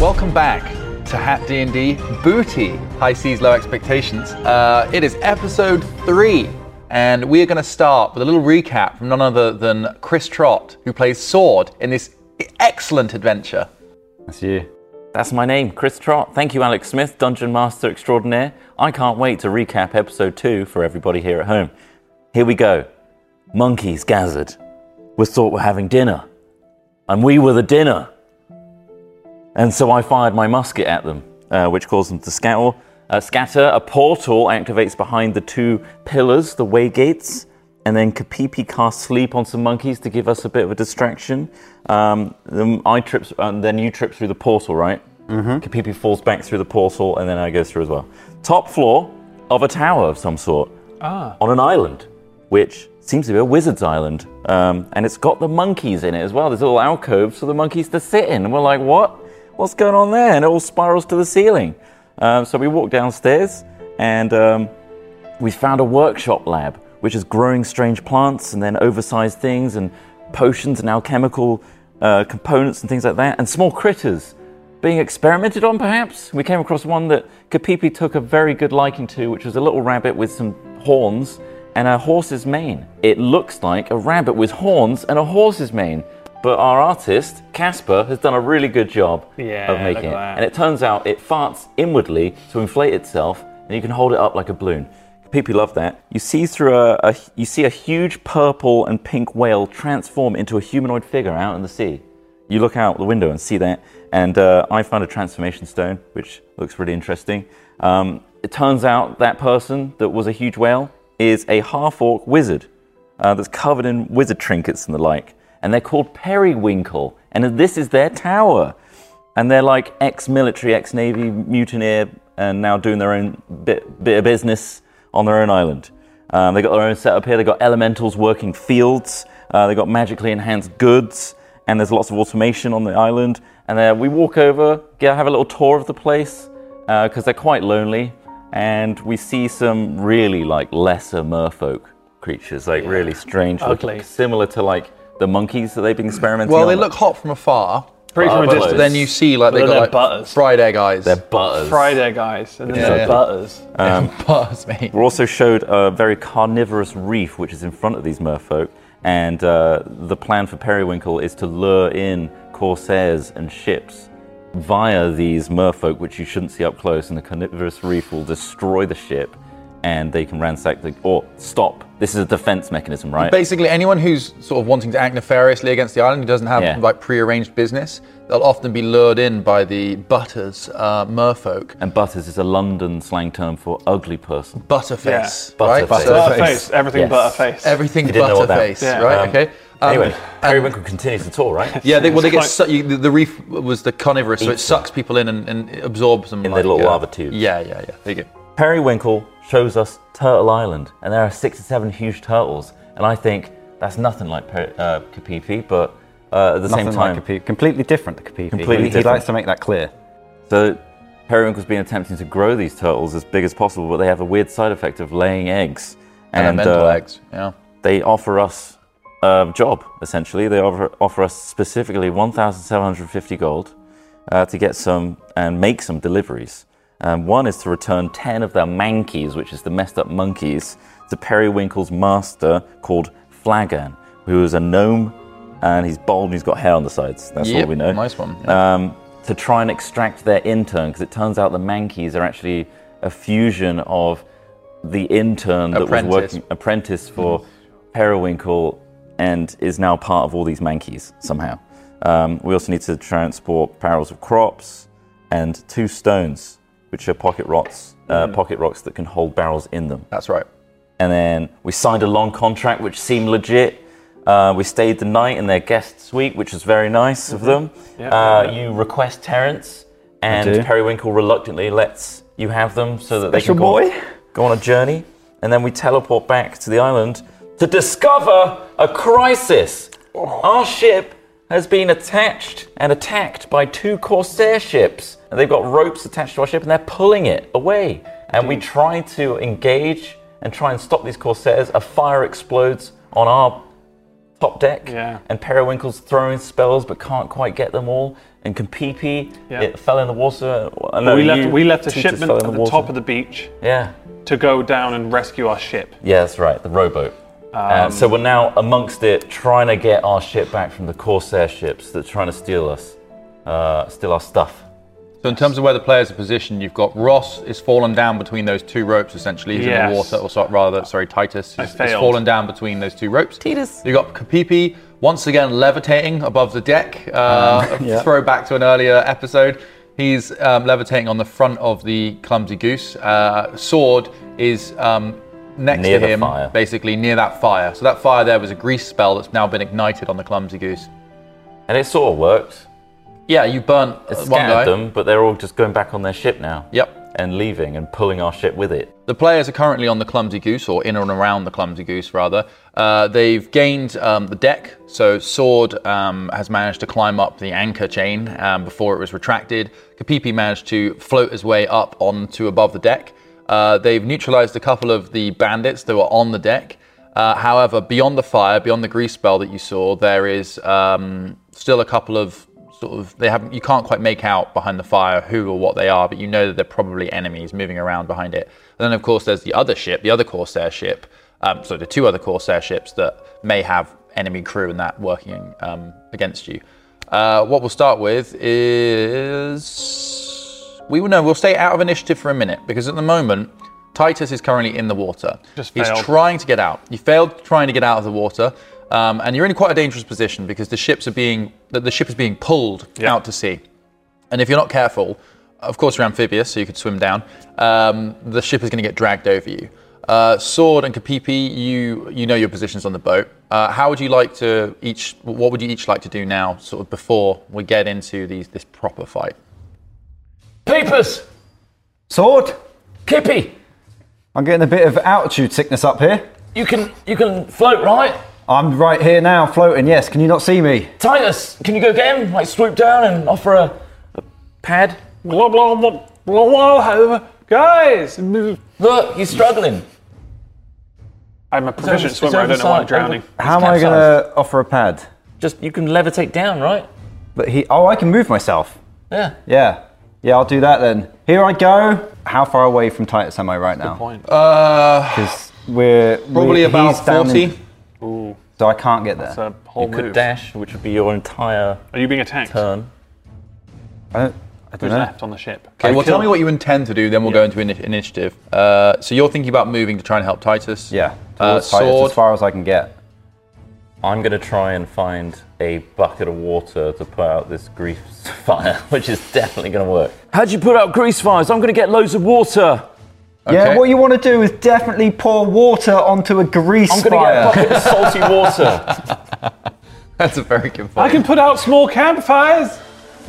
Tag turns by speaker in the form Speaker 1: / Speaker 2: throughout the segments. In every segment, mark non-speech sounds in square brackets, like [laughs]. Speaker 1: Welcome back to Hat D&D Booty High Seas Low Expectations. Uh, it is episode three, and we are going to start with a little recap from none other than Chris Trott, who plays Sword in this excellent adventure.
Speaker 2: That's you. That's my name, Chris Trott. Thank you, Alex Smith, Dungeon Master Extraordinaire. I can't wait to recap episode two for everybody here at home. Here we go. Monkeys gathered. We thought we're having dinner. And we were the dinner. And so I fired my musket at them, uh, which caused them to scatter. Uh, scatter. A portal activates behind the two pillars, the way gates, and then Kapipi casts sleep on some monkeys to give us a bit of a distraction. Um, then I trips, and then you trip through the portal, right? Mm-hmm. Kapipi falls back through the portal, and then I go through as well. Top floor of a tower of some sort on an island, which seems to be a wizard's island. Um, and it's got the monkeys in it as well. There's little alcoves for the monkeys to sit in. And we're like, what? What's going on there? And it all spirals to the ceiling. Um, so we walk downstairs and um, we found a workshop lab, which is growing strange plants and then oversized things and potions and alchemical uh, components and things like that, and small critters being experimented on, perhaps. We came across one that Kapipi took a very good liking to, which was a little rabbit with some horns and a horse's mane. It looks like a rabbit with horns and a horse's mane. But our artist, Casper, has done a really good job
Speaker 3: Yeah,
Speaker 2: of making
Speaker 3: look at
Speaker 2: it.
Speaker 3: that.
Speaker 2: And it turns out it farts inwardly to inflate itself, and you can hold it up like a balloon. People love that. You see through a, a you see a huge purple and pink whale transform into a humanoid figure out in the sea. You look out the window and see that, and uh, I found a transformation stone, which looks really interesting. Um, it turns out that person that was a huge whale is a half orc wizard uh, that's covered in wizard trinkets and the like, and they're called periwinkle, and this is their tower and they're like ex-military, ex-navy mutineer, and now doing their own bit, bit of business on their own island. Um, they got their own setup here. They got elementals working fields. Uh, they got magically enhanced goods, and there's lots of automation on the island. And then we walk over, get, have a little tour of the place because they're quite lonely, and we see some really like lesser merfolk creatures, like really strange,
Speaker 3: Ugly.
Speaker 2: looking, similar to like the monkeys that they've been experimenting.
Speaker 1: Well,
Speaker 2: on.
Speaker 1: they look hot from afar. Uh,
Speaker 3: Pretty
Speaker 2: from a
Speaker 1: but
Speaker 2: distance.
Speaker 1: Then you see like
Speaker 3: But
Speaker 1: they
Speaker 3: then
Speaker 1: got
Speaker 3: they're
Speaker 1: like
Speaker 3: butters.
Speaker 1: fried egg eyes.
Speaker 2: They're butters.
Speaker 3: Friday guys, and then
Speaker 1: Yeah.
Speaker 3: they're
Speaker 1: Yeah.
Speaker 3: butters.
Speaker 1: [laughs] butters, mate.
Speaker 2: We're also showed a very carnivorous reef which is in front of these merfolk, and uh, the plan for Periwinkle is to lure in corsairs and ships via these merfolk, which you shouldn't see up close, and the carnivorous reef will destroy the ship, and they can ransack the. or stop. This is a defense mechanism, right?
Speaker 1: Basically, anyone who's sort of wanting to act nefariously against the island who doesn't have
Speaker 2: Yeah.
Speaker 1: like prearranged business, they'll often be lured in by the butters, uh, merfolk,
Speaker 2: and Butters is a London slang term for ugly person.
Speaker 1: butterface,
Speaker 2: Yeah.
Speaker 1: right?
Speaker 2: Butterface.
Speaker 3: Butter face, everything
Speaker 2: Yes.
Speaker 3: but a face.
Speaker 1: Everything
Speaker 2: You didn't know what that
Speaker 1: butterface,
Speaker 2: was. Yeah.
Speaker 1: right?
Speaker 2: Um,
Speaker 1: okay. Um,
Speaker 2: Anyway,
Speaker 1: and-
Speaker 2: Periwinkle continues the tour, right?
Speaker 1: yeah, they, well, they get
Speaker 3: quite-
Speaker 1: su- you, the, the reef was the carnivorous, so it
Speaker 2: Eats
Speaker 1: sucks people in and, and absorbs them
Speaker 2: In
Speaker 1: like,
Speaker 2: their little
Speaker 1: uh,
Speaker 2: lava tubes.
Speaker 1: Yeah, yeah, yeah. There you go.
Speaker 2: Periwinkle shows us Turtle Island, and there are six or seven huge turtles. And I think that's nothing like per- uh, Kapipi, but uh, at the
Speaker 4: Nothing
Speaker 2: same time,
Speaker 4: like Kapi- completely different to Kapipi.
Speaker 2: Completely
Speaker 4: He- he,
Speaker 2: different.
Speaker 4: likes to make that clear.
Speaker 2: so Periwinkle's been attempting to grow these turtles as big as possible, but they have a weird side effect of laying eggs.
Speaker 1: Elemental
Speaker 2: uh,
Speaker 1: eggs. Yeah.
Speaker 2: they offer us a job, essentially. They offer, offer us specifically 1,750 gold uh, to get some and make some deliveries. Um, one is to return 10 of their mankeys, which is the messed up monkeys, to Periwinkle's master called Flagon, who is a gnome and he's bald and he's got hair on the sides. That's all
Speaker 1: Yep,
Speaker 2: we know.
Speaker 1: nice one,
Speaker 2: Um, to try and extract their intern, because it turns out the mankeys are actually a fusion of the intern that was
Speaker 1: Apprentice.
Speaker 2: working apprentice for periwinkle and is now part of all these mankeys somehow. Um, we also need to transport barrels of crops and two stones, which are pocket rocks, uh,
Speaker 5: Hmm.
Speaker 2: pocket rocks that can hold barrels in them.
Speaker 1: That's right.
Speaker 2: And then we signed a long contract, which seemed legit. Uh, we stayed the night in their guest suite, which was very nice
Speaker 5: Mm-hmm.
Speaker 2: of them. uh, You request Terence,
Speaker 5: do.
Speaker 2: and Periwinkle reluctantly lets you have them so that
Speaker 5: Special
Speaker 2: they can go,
Speaker 5: boy.
Speaker 2: go on a journey. And then we teleport back to the island to discover a crisis.
Speaker 5: Oh.
Speaker 2: Our ship has been attached and attacked by two corsair ships. And they've got ropes attached to our ship and they're pulling it away. And we try to engage and try and stop these corsairs. A fire explodes on our top deck,
Speaker 5: Yeah.
Speaker 2: and Periwinkle's throwing spells but can't quite get them all. And Compeepee,
Speaker 5: Yeah.
Speaker 2: it fell in the water. Uh, no,
Speaker 5: we left
Speaker 2: you-
Speaker 5: we left a
Speaker 2: Titus
Speaker 5: shipment
Speaker 2: fell
Speaker 5: at
Speaker 2: in
Speaker 5: the,
Speaker 2: water.
Speaker 5: top of the beach
Speaker 2: Yeah,
Speaker 5: to go down and rescue our ship.
Speaker 2: yeah, that's right, the rowboat. uh, so we're now amongst it, trying to get our ship back from the Corsair ships that are trying to steal us, uh, steal our stuff.
Speaker 1: So in terms of where the players are positioned, you've got Ross is fallen down between those two ropes. Essentially, he's in
Speaker 5: Yes.
Speaker 1: the water, or so, rather, sorry, Titus is, is
Speaker 5: failed.
Speaker 1: fallen down between those two ropes.
Speaker 2: Titus.
Speaker 1: You've got Kapipi once again levitating above the deck. Uh, a Throw back to an earlier episode. He's um, levitating on the front of the clumsy goose. Uh, sword is um, next
Speaker 2: Near
Speaker 1: to
Speaker 2: the
Speaker 1: him,
Speaker 2: fire.
Speaker 1: basically near that fire. So that fire there was a grease spell that's now been ignited on the clumsy goose.
Speaker 2: And it sort of worked.
Speaker 1: Yeah, you burnt
Speaker 2: It
Speaker 1: uh, one guy.
Speaker 2: scattered them, but they're all just going back on their ship now.
Speaker 1: Yep.
Speaker 2: And leaving and pulling our ship with it.
Speaker 1: The players are currently on the Clumsy Goose, or in and around the Clumsy Goose, rather. Uh, they've gained um, the deck, so Sword um, has managed to climb up the anchor chain um, before it was retracted. Kapipi managed to float his way up onto above the deck. Uh, they've neutralized a couple of the bandits that were on the deck. Uh, however, beyond the fire, beyond the grease spell that you saw, there is um, still a couple of sort of they haven't you can't quite make out behind the fire who or what they are, but you know that they're probably enemies moving around behind it. And then of course there's the other ship, the other Corsair ship. Um, so the two other Corsair ships that may have enemy crew and that working um, against you. Uh, what we'll start with is we will know we'll stay out of initiative for a minute because at the moment Titus is currently in the water.
Speaker 5: Just
Speaker 1: He's
Speaker 5: failed.
Speaker 1: trying to get out. You failed trying to get out of the water, um, and you're in quite a dangerous position because the ships are being the, the ship is being pulled out to sea, and if you're not careful, of course you're amphibious, so you could swim down. Um, the ship is going to get dragged over you. Uh, Sword and Kapipi, you you know your positions on the boat. Uh, how would you like to each? What would you each like to do now, sort of before we get into these this proper fight?
Speaker 3: Peepers!
Speaker 4: Sword?
Speaker 3: Kippy!
Speaker 4: I'm getting a bit of altitude sickness up here.
Speaker 3: You can you can float, right?
Speaker 4: I'm right here now, floating. Yes, can you not see me?
Speaker 3: Titus, can you go get him? Like swoop down and offer a, a pad?
Speaker 5: Blah blah blah blah blah. Guys, move.
Speaker 3: Look, he's struggling.
Speaker 5: I'm a proficient
Speaker 3: It's
Speaker 5: swimmer. I don't know why I'm
Speaker 3: oversized.
Speaker 5: drowning.
Speaker 3: Over-
Speaker 4: How am
Speaker 3: it's
Speaker 4: I going
Speaker 3: capsized.
Speaker 4: to offer a pad?
Speaker 3: Just you can levitate down, right?
Speaker 4: But he. Oh, I can move myself.
Speaker 3: Yeah.
Speaker 4: Yeah. Yeah, I'll do that then. Here I go. How far away from Titus am I right now?
Speaker 5: Point.
Speaker 1: Uh,
Speaker 4: Because we're
Speaker 1: probably
Speaker 4: we-
Speaker 1: about
Speaker 4: he's down in-
Speaker 1: forty.
Speaker 4: so I can't get
Speaker 5: It's
Speaker 4: there.
Speaker 5: a whole
Speaker 2: You could
Speaker 5: move.
Speaker 2: dash, which would be your entire
Speaker 5: Are you being attacked?
Speaker 2: turn.
Speaker 4: I don't, I don't
Speaker 5: Who's
Speaker 4: know.
Speaker 5: left on the ship?
Speaker 1: Okay, well, tell
Speaker 5: Kill-
Speaker 1: me what you intend to do, then we'll go into initi initiative. Uh, so you're thinking about moving to try and help Titus.
Speaker 4: Yeah.
Speaker 1: Uh,
Speaker 4: towards Titus,
Speaker 1: sword.
Speaker 4: as far as I can get.
Speaker 2: I'm gonna try and find a bucket of water to put out this grief [laughs] fire, which is definitely gonna work.
Speaker 3: How'd you put out grease fires? I'm gonna get loads of water.
Speaker 4: Yeah,
Speaker 1: Okay.
Speaker 4: what you want to do is definitely pour water onto a grease
Speaker 3: I'm gonna
Speaker 4: fire.
Speaker 3: get a bucket [laughs] of salty [laughs] water.
Speaker 1: [laughs] That's a very good
Speaker 5: I
Speaker 1: point.
Speaker 5: can put out small campfires.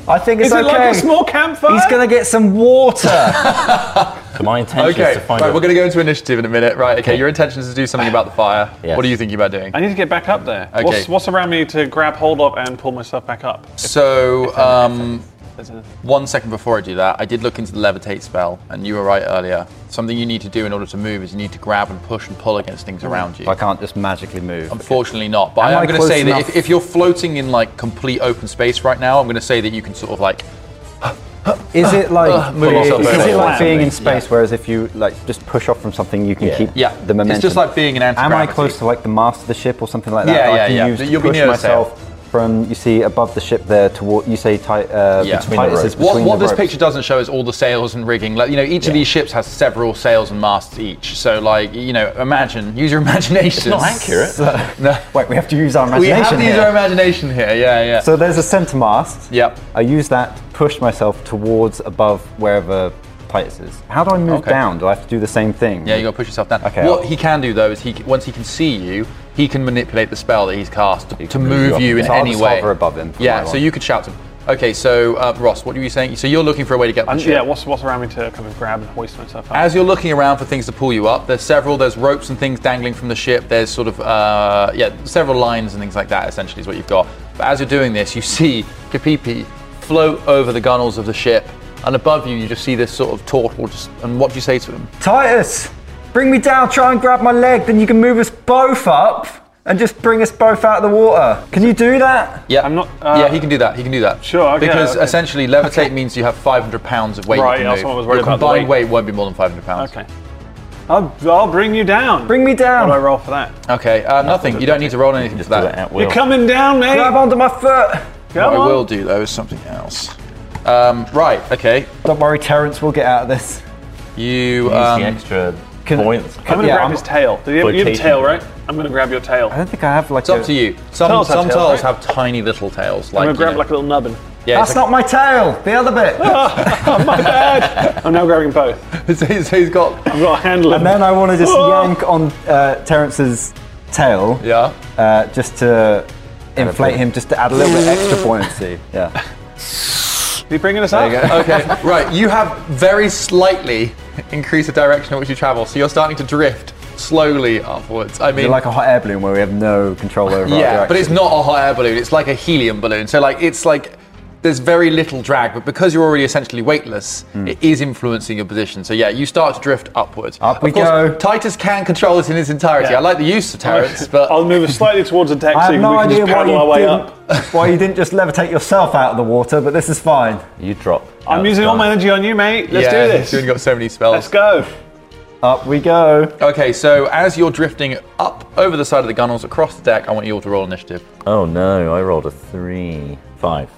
Speaker 4: I think it's
Speaker 5: Is it
Speaker 4: okay.
Speaker 5: like a small campfire?
Speaker 4: He's gonna get some water.
Speaker 2: So my intention
Speaker 1: [laughs] Okay,
Speaker 2: is to find
Speaker 1: right,
Speaker 2: a-
Speaker 1: we're going to go into initiative in a minute. Right, okay, your intention is to do something about the fire.
Speaker 2: Yes.
Speaker 1: What are you thinking about doing?
Speaker 5: I need to get back up there.
Speaker 1: Okay.
Speaker 5: What's, what's around me to grab hold of and pull myself back up?
Speaker 1: So, um,
Speaker 5: There's a-
Speaker 1: one second before I do that, I did look into the levitate spell, and you were right earlier. Something you need to do in order to move is you need to grab and push and pull against things around you.
Speaker 4: I can't just magically move.
Speaker 1: Unfortunately, not. But
Speaker 4: Mm. Am
Speaker 1: I
Speaker 4: I
Speaker 1: am going to
Speaker 4: close
Speaker 1: say that
Speaker 4: enough?
Speaker 1: if, if you're floating in like complete open space right now, I'm going to say that you can sort of like
Speaker 4: Is it like
Speaker 1: uh, move yourself
Speaker 4: is,
Speaker 1: over.
Speaker 4: it
Speaker 5: Yeah.
Speaker 4: like being in space? Whereas if you like just push off from something, you can keep
Speaker 1: Yeah,
Speaker 4: the momentum.
Speaker 1: It's just like being an anti
Speaker 4: Am I close to like the mast of the ship or something like that?
Speaker 1: Yeah,
Speaker 4: that
Speaker 1: yeah,
Speaker 4: I can
Speaker 1: yeah.
Speaker 4: Use
Speaker 1: But
Speaker 4: to
Speaker 1: you'll be
Speaker 4: push
Speaker 1: near a sail.
Speaker 4: myself from, you see above the ship there, toward, you say Ti- uh,
Speaker 1: Yeah.
Speaker 4: between Titus is
Speaker 1: What,
Speaker 4: between
Speaker 1: what
Speaker 4: the
Speaker 1: this
Speaker 4: ropes.
Speaker 1: picture doesn't show is all the sails and rigging. Like, you know, each of these ships has several sails and masts each. So, like, you know, imagine, use your [laughs] imagination.
Speaker 2: Not accurate.
Speaker 1: [laughs] No.
Speaker 4: Wait, we have to use our
Speaker 1: We
Speaker 4: imagination
Speaker 1: have to use
Speaker 4: here.
Speaker 1: our imagination here. Yeah, yeah.
Speaker 4: so there's a centre mast.
Speaker 1: Yep.
Speaker 4: I use that to push myself towards above wherever Titus is. How do I move
Speaker 1: Okay.
Speaker 4: down? Do I have to do the same thing?
Speaker 1: yeah, you got to push yourself down.
Speaker 4: Okay,
Speaker 1: What
Speaker 4: I'll-
Speaker 1: he can do though is he c- once he can see you, he can manipulate the spell that he's cast to, to move
Speaker 4: up
Speaker 1: you
Speaker 4: a
Speaker 1: in
Speaker 4: bit. So I'll
Speaker 1: any
Speaker 4: just
Speaker 1: way.
Speaker 4: hover above him from
Speaker 1: Yeah.
Speaker 4: where I
Speaker 1: So
Speaker 4: want.
Speaker 1: you could shout to him. Okay. So uh, Ross, what were you saying? So you're looking for a way to get.
Speaker 5: And
Speaker 1: the ship.
Speaker 5: yeah, what's what's around me to kind of grab and hoist myself up?
Speaker 1: As you're looking around for things to pull you up, there's several. There's ropes and things dangling from the ship. There's sort of uh, yeah, several lines and things like that. Essentially, is what you've got. But as you're doing this, you see Kapipi float over the gunnels of the ship, and above you, you just see this sort of turtle. Just and what do you say to him?
Speaker 4: Titus, bring me down, try and grab my leg, then you can move us both up and just bring us both out of the water. Can you do that?
Speaker 1: Yeah,
Speaker 5: I'm not, uh,
Speaker 1: yeah, he can do that. He can do that.
Speaker 5: Sure, okay,
Speaker 1: because
Speaker 5: okay.
Speaker 1: essentially, levitate means you have 500 pounds of weight. you
Speaker 5: Right,
Speaker 1: can
Speaker 5: that's
Speaker 1: move.
Speaker 5: what I was worried
Speaker 1: Your
Speaker 5: about, the
Speaker 1: Combined
Speaker 5: weight.
Speaker 1: weight won't be more than 500 pounds.
Speaker 5: Okay. I'll, I'll bring you down.
Speaker 4: Bring me
Speaker 5: What do I
Speaker 4: down.
Speaker 5: roll for that?
Speaker 1: Okay. Uh, nothing. You don't need to roll anything for
Speaker 2: Just do it
Speaker 1: that.
Speaker 2: at will.
Speaker 5: You're coming down, mate.
Speaker 4: Grab onto my foot.
Speaker 5: Come
Speaker 1: What I
Speaker 5: on.
Speaker 1: will do though is something else. Um, right. Okay.
Speaker 4: Don't worry, Terence, we'll get out of this.
Speaker 1: You.
Speaker 2: Use
Speaker 1: Um,
Speaker 2: the extra
Speaker 4: can-
Speaker 2: points.
Speaker 5: I'm gonna
Speaker 4: Yeah,
Speaker 5: grab
Speaker 4: I'm-
Speaker 5: his tail. Do you have, you have a
Speaker 2: Flotation.
Speaker 5: tail, right? I'm gonna grab your tail.
Speaker 4: I
Speaker 5: I'm
Speaker 4: don't think I have like
Speaker 1: It's up to you. Some
Speaker 5: Tails have
Speaker 1: some
Speaker 5: tails,
Speaker 1: tails
Speaker 5: right?
Speaker 1: have tiny little tails. Like,
Speaker 5: gonna
Speaker 1: you
Speaker 5: grab
Speaker 1: know-
Speaker 5: like a little nubbin.
Speaker 1: yeah,
Speaker 4: That's
Speaker 1: it's like-
Speaker 4: not my tail. The other [laughs] bit.
Speaker 5: I'm now grabbing both.
Speaker 1: [laughs] so he's- so he's got.
Speaker 5: I've got a handle.
Speaker 4: and then I want [laughs] to just yank on uh, Terence's tail,
Speaker 1: Yeah.
Speaker 4: uh, just to inflate him, just to add a little bit extra buoyancy. [laughs] Yeah.
Speaker 5: Is he bringing us up?
Speaker 1: okay. Right. You have very slightly increased the direction in which you travel, so you're starting to drift slowly upwards. I mean,
Speaker 4: They're like a hot air balloon where we have no control over. our
Speaker 1: yeah, but it's
Speaker 4: direction.
Speaker 1: not a hot air balloon. It's like a helium balloon. So like it's like there's very little drag, but because you're already essentially weightless, it is influencing your position. So yeah, you start to drift upwards.
Speaker 4: Up
Speaker 1: Of
Speaker 4: we
Speaker 1: course,
Speaker 4: go.
Speaker 1: Titus can control this in its entirety.
Speaker 5: Yeah.
Speaker 1: I like the use of Terrence, but
Speaker 5: [laughs] I'll move us slightly towards the deck
Speaker 4: [laughs] I
Speaker 5: so we
Speaker 4: have no
Speaker 5: can
Speaker 4: idea
Speaker 5: just
Speaker 4: why
Speaker 5: paddle our way
Speaker 4: you,
Speaker 5: up.
Speaker 4: didn't, [laughs] why you didn't just levitate yourself out of the water, but this is fine.
Speaker 2: You drop.
Speaker 5: I'm using all my energy on you, mate. Let's
Speaker 1: yeah,
Speaker 5: do this.
Speaker 1: You've got so many spells.
Speaker 5: Let's go.
Speaker 4: Up we go.
Speaker 1: Okay, so as you're drifting up over the side of the gunnels across the deck, I want you all to roll initiative.
Speaker 2: Oh no, I rolled a three. Five.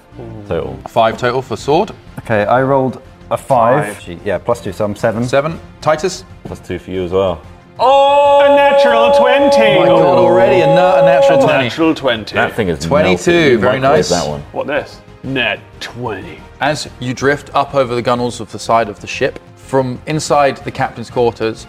Speaker 2: Total.
Speaker 1: Five total for sword.
Speaker 4: Okay, I rolled a five.
Speaker 2: Five.
Speaker 4: Gee, Yeah, plus two, so I'm seven.
Speaker 1: Seven. Titus.
Speaker 2: Plus two for you as well.
Speaker 5: Oh, a natural 20.
Speaker 1: My God, already a, na- a natural
Speaker 5: A
Speaker 1: twenty.
Speaker 5: natural 20.
Speaker 2: That thing is
Speaker 1: 22,
Speaker 2: melted. You
Speaker 1: very
Speaker 2: microwaved
Speaker 1: nice.
Speaker 2: That one.
Speaker 5: What this? Net 20.
Speaker 1: As you drift up over the gunnels of the side of the ship, from inside the captain's quarters,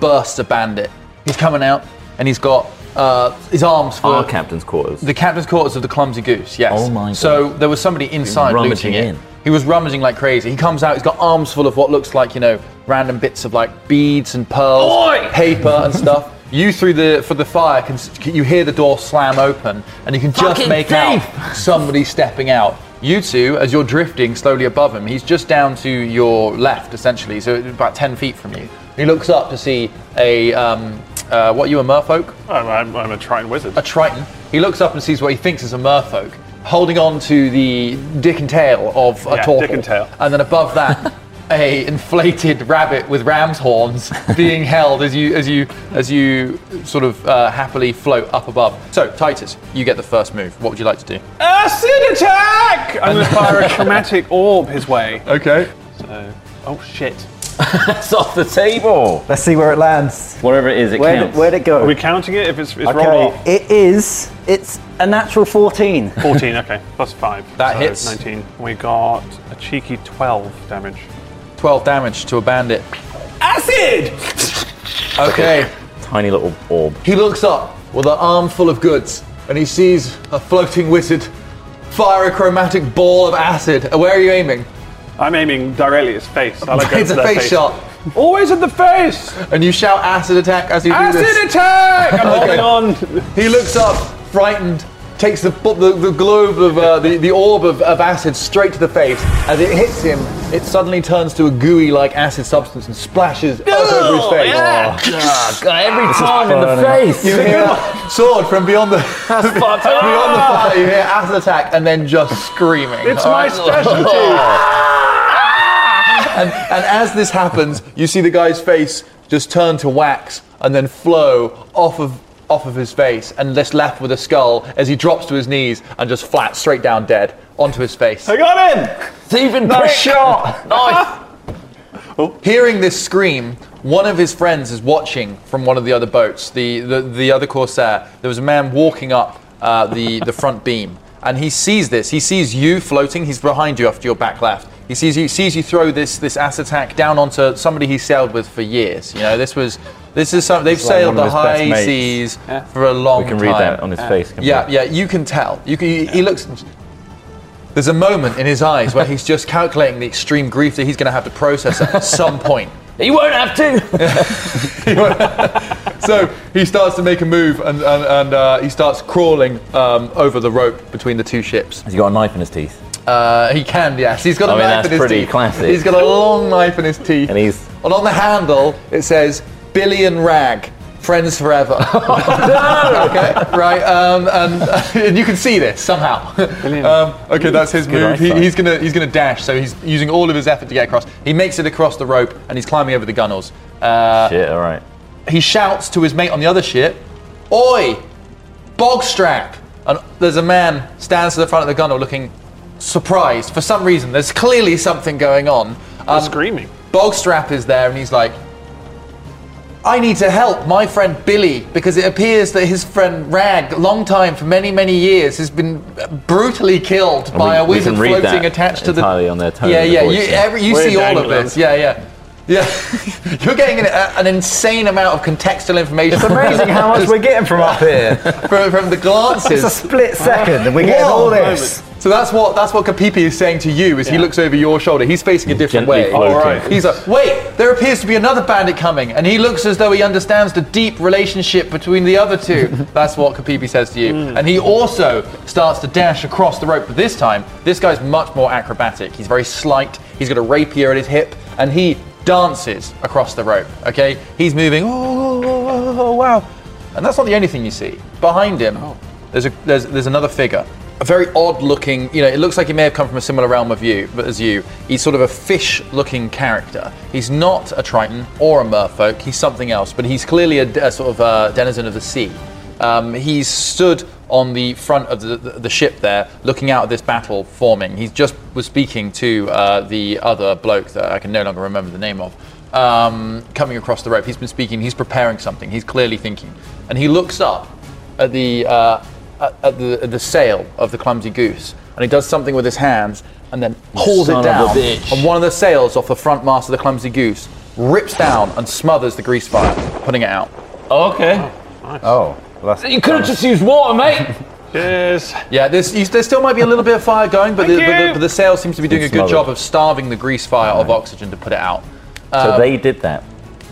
Speaker 1: bursts a bandit. He's coming out, and he's got uh, his arms for
Speaker 2: Our captain's quarters.
Speaker 1: the captain's quarters of the clumsy goose. Yes.
Speaker 2: Oh my
Speaker 1: So
Speaker 2: God.
Speaker 1: there was somebody inside
Speaker 2: rummaging
Speaker 1: looting it.
Speaker 2: in.
Speaker 1: He was rummaging like crazy. He comes out. He's got arms full of what looks like you know random bits of like beads and pearls,
Speaker 5: Oi!
Speaker 1: paper and stuff. You through the for the fire can s- you hear the door slam open and you can just
Speaker 2: Fucking
Speaker 1: make out somebody stepping out. You two, as you're drifting slowly above him, he's just down to your left essentially, so about ten feet from you. He looks up to see a um, uh, what are you a merfolk?
Speaker 5: I'm, I'm, I'm a Triton wizard.
Speaker 1: a triton. He looks up and sees what he thinks is a merfolk holding on to the dick and tail of a
Speaker 5: Yeah,
Speaker 1: tortoise.
Speaker 5: dick and tail.
Speaker 1: then above
Speaker 5: [laughs]
Speaker 1: that, a inflated rabbit with ram's horns being held as you as you as you sort of uh, happily float up above. So Titus, you get the first move. What would you like to do?
Speaker 5: Acid attack! I'm going to fire a chromatic orb his way.
Speaker 1: Okay.
Speaker 5: So, oh shit.
Speaker 2: That's off the table.
Speaker 4: Let's see where it lands.
Speaker 2: Whatever it is, it
Speaker 4: Where'd,
Speaker 2: counts.
Speaker 4: where'd it go?
Speaker 5: Are we counting it if it's, it's rolled
Speaker 4: okay,
Speaker 5: off?
Speaker 4: it is. It's a natural 14.
Speaker 5: 14, okay. Plus 5.
Speaker 1: That
Speaker 5: so
Speaker 1: hits.
Speaker 5: 19. We got a cheeky 12 damage.
Speaker 1: Twelve damage to a bandit.
Speaker 5: Acid!
Speaker 1: Okay.
Speaker 2: Tiny little orb.
Speaker 1: He looks up with an arm full of goods and he sees a floating wizard fire a chromatic ball of acid. Where are you aiming?
Speaker 5: I'm aiming directly at his face. I
Speaker 1: [laughs]
Speaker 5: like
Speaker 1: it's a
Speaker 5: going for their
Speaker 1: face, shot.
Speaker 5: Always at the
Speaker 1: [laughs]
Speaker 5: face!
Speaker 1: And you shout acid attack as you do this.
Speaker 5: Acid attack! I'm
Speaker 1: Okay. [laughs]
Speaker 5: holding on.
Speaker 1: He looks up, frightened, takes the, bu- the, the globe of uh, the, the orb of, of acid straight to the face. As it hits him, it suddenly turns to a gooey like acid substance and splashes up
Speaker 5: Oh,
Speaker 1: over his face. Oh.
Speaker 2: Every time in the face.
Speaker 1: You hear sword from beyond the [laughs] beyond the fire. You hear acid attack and then just screaming.
Speaker 5: Ah!
Speaker 1: Oh,
Speaker 5: It's
Speaker 1: all
Speaker 5: my
Speaker 1: [laughs] right?
Speaker 5: specialty.
Speaker 1: and, and as this happens, you see the guy's face just turn to wax and then flow off of off of his face and is left with a skull as he drops to his knees and just flat straight down dead onto his face.
Speaker 5: got him!
Speaker 3: Thieving
Speaker 1: Nice
Speaker 3: prick!
Speaker 1: shot!
Speaker 3: Knife!
Speaker 1: Hearing this scream, one of his friends is watching from one of the other boats, the, the, the other corsair. There was a man walking up uh, the, the front beam, and he sees this. He sees you floating. He's behind you after your back left. He sees you sees you throw this this ass attack down onto somebody he sailed with for years. You know this was this is something they've
Speaker 2: like
Speaker 1: sailed
Speaker 2: one
Speaker 1: the
Speaker 2: of his best
Speaker 1: high
Speaker 2: mates.
Speaker 1: seas for a long
Speaker 2: We
Speaker 1: time.
Speaker 2: can read that on his face. can't we?
Speaker 1: Yeah, yeah, you can tell. You can, He looks. There's a moment in his eyes where he's just calculating the extreme grief that he's going to have to process [laughs] at some point.
Speaker 3: You won't have to!
Speaker 1: So he starts to make a move and, and, and uh, he starts crawling um, over the rope between the two ships.
Speaker 2: Has he got a knife in his teeth?
Speaker 1: Uh, he can, yes. He's got a
Speaker 2: I mean,
Speaker 1: knife
Speaker 2: that's
Speaker 1: in his
Speaker 2: pretty
Speaker 1: teeth.
Speaker 2: classic.
Speaker 1: He's got a long knife in his teeth.
Speaker 2: And he's-
Speaker 1: And on the handle, it says Billy and Rag. Friends
Speaker 2: [laughs]
Speaker 1: forever.
Speaker 2: Oh,
Speaker 1: [laughs] okay, right, um, and, and [laughs] you can see this somehow. [laughs]
Speaker 5: Brilliant.
Speaker 1: Um, okay, that's his
Speaker 2: Good
Speaker 1: move. He,
Speaker 2: eyesight.
Speaker 1: he's gonna he's gonna dash. So he's using all of his effort to get across. He makes it across the rope and he's climbing over the gunnels. Uh,
Speaker 2: Shit, all right.
Speaker 1: he shouts to his mate on the other ship, Oi, Bogstrap! And there's a man stands to the front of the gunwale looking surprised for some reason. There's clearly something going on. Um,
Speaker 5: Screaming.
Speaker 1: Bogstrap is there and he's like, I need to help my friend Billy because it appears that his friend Rag, long time for many, many years, has been brutally killed by a
Speaker 2: we
Speaker 1: wizard
Speaker 2: can read
Speaker 1: floating
Speaker 2: that
Speaker 1: attached to the.
Speaker 2: entirely on their tone
Speaker 1: Yeah,
Speaker 2: of the
Speaker 1: yeah.
Speaker 2: voice,
Speaker 1: you
Speaker 2: yeah.
Speaker 1: every, you
Speaker 5: We're
Speaker 1: see all of
Speaker 5: dangling.
Speaker 1: this. Yeah, yeah. Yeah, [laughs] you're getting an, a, an insane amount of contextual information.
Speaker 4: It's amazing how
Speaker 1: [laughs]
Speaker 4: much we're getting from up here.
Speaker 1: from, from the
Speaker 4: It's a
Speaker 1: glances.
Speaker 4: split second, and we're getting
Speaker 1: Whoa.
Speaker 4: all this.
Speaker 1: So that's what that's what Kapipi is saying to you as he looks over your shoulder. He's facing a different
Speaker 2: gently
Speaker 1: way.
Speaker 2: floating.
Speaker 1: Alright. He's like, wait, there appears to be another bandit coming, and he looks as though he understands the deep relationship between the other two.
Speaker 2: [laughs]
Speaker 1: that's what Kapipi says to you,
Speaker 2: Hmm.
Speaker 1: and he also starts to dash across the rope. But this time, this guy's much more acrobatic. He's very slight. He's got a rapier at his hip, and he dances across the rope. Okay, he's moving. Oh, oh, oh, oh, oh, wow! And that's not the only thing you see. Behind him, there's, a, there's, there's another figure. A very odd looking, you know, it looks like he may have come from a similar realm of you, but as you. He's sort of a fish looking character. He's not a Triton or a merfolk, he's something else, but he's clearly a, a sort of uh denizen of the sea. Um, he's stood on the front of the, the, the ship there, looking out at this battle forming. He just was speaking to uh, the other bloke that I can no longer remember the name of um, coming across the rope. He's been speaking. He's preparing something. He's clearly thinking, and he looks up at the uh, at at the at the sail of the clumsy goose, and he does something with his hands, and then pulls it
Speaker 3: son of a
Speaker 1: down.
Speaker 3: bitch.
Speaker 1: And one of the sails off the front mast of the clumsy goose rips down and smothers the grease fire, putting it out.
Speaker 3: [laughs] Okay.
Speaker 4: Oh, well, that's
Speaker 3: You could have just used water, mate!
Speaker 5: Cheers.
Speaker 1: Yeah, there's, you, there still might be a little bit of fire going, but the,
Speaker 5: Thank
Speaker 1: but, the,
Speaker 5: you.
Speaker 1: but the sail seems to be doing a
Speaker 2: It's
Speaker 1: good
Speaker 2: smothered.
Speaker 1: job of starving the grease fire of oxygen to put it out.
Speaker 2: So
Speaker 1: uh,
Speaker 2: they did that.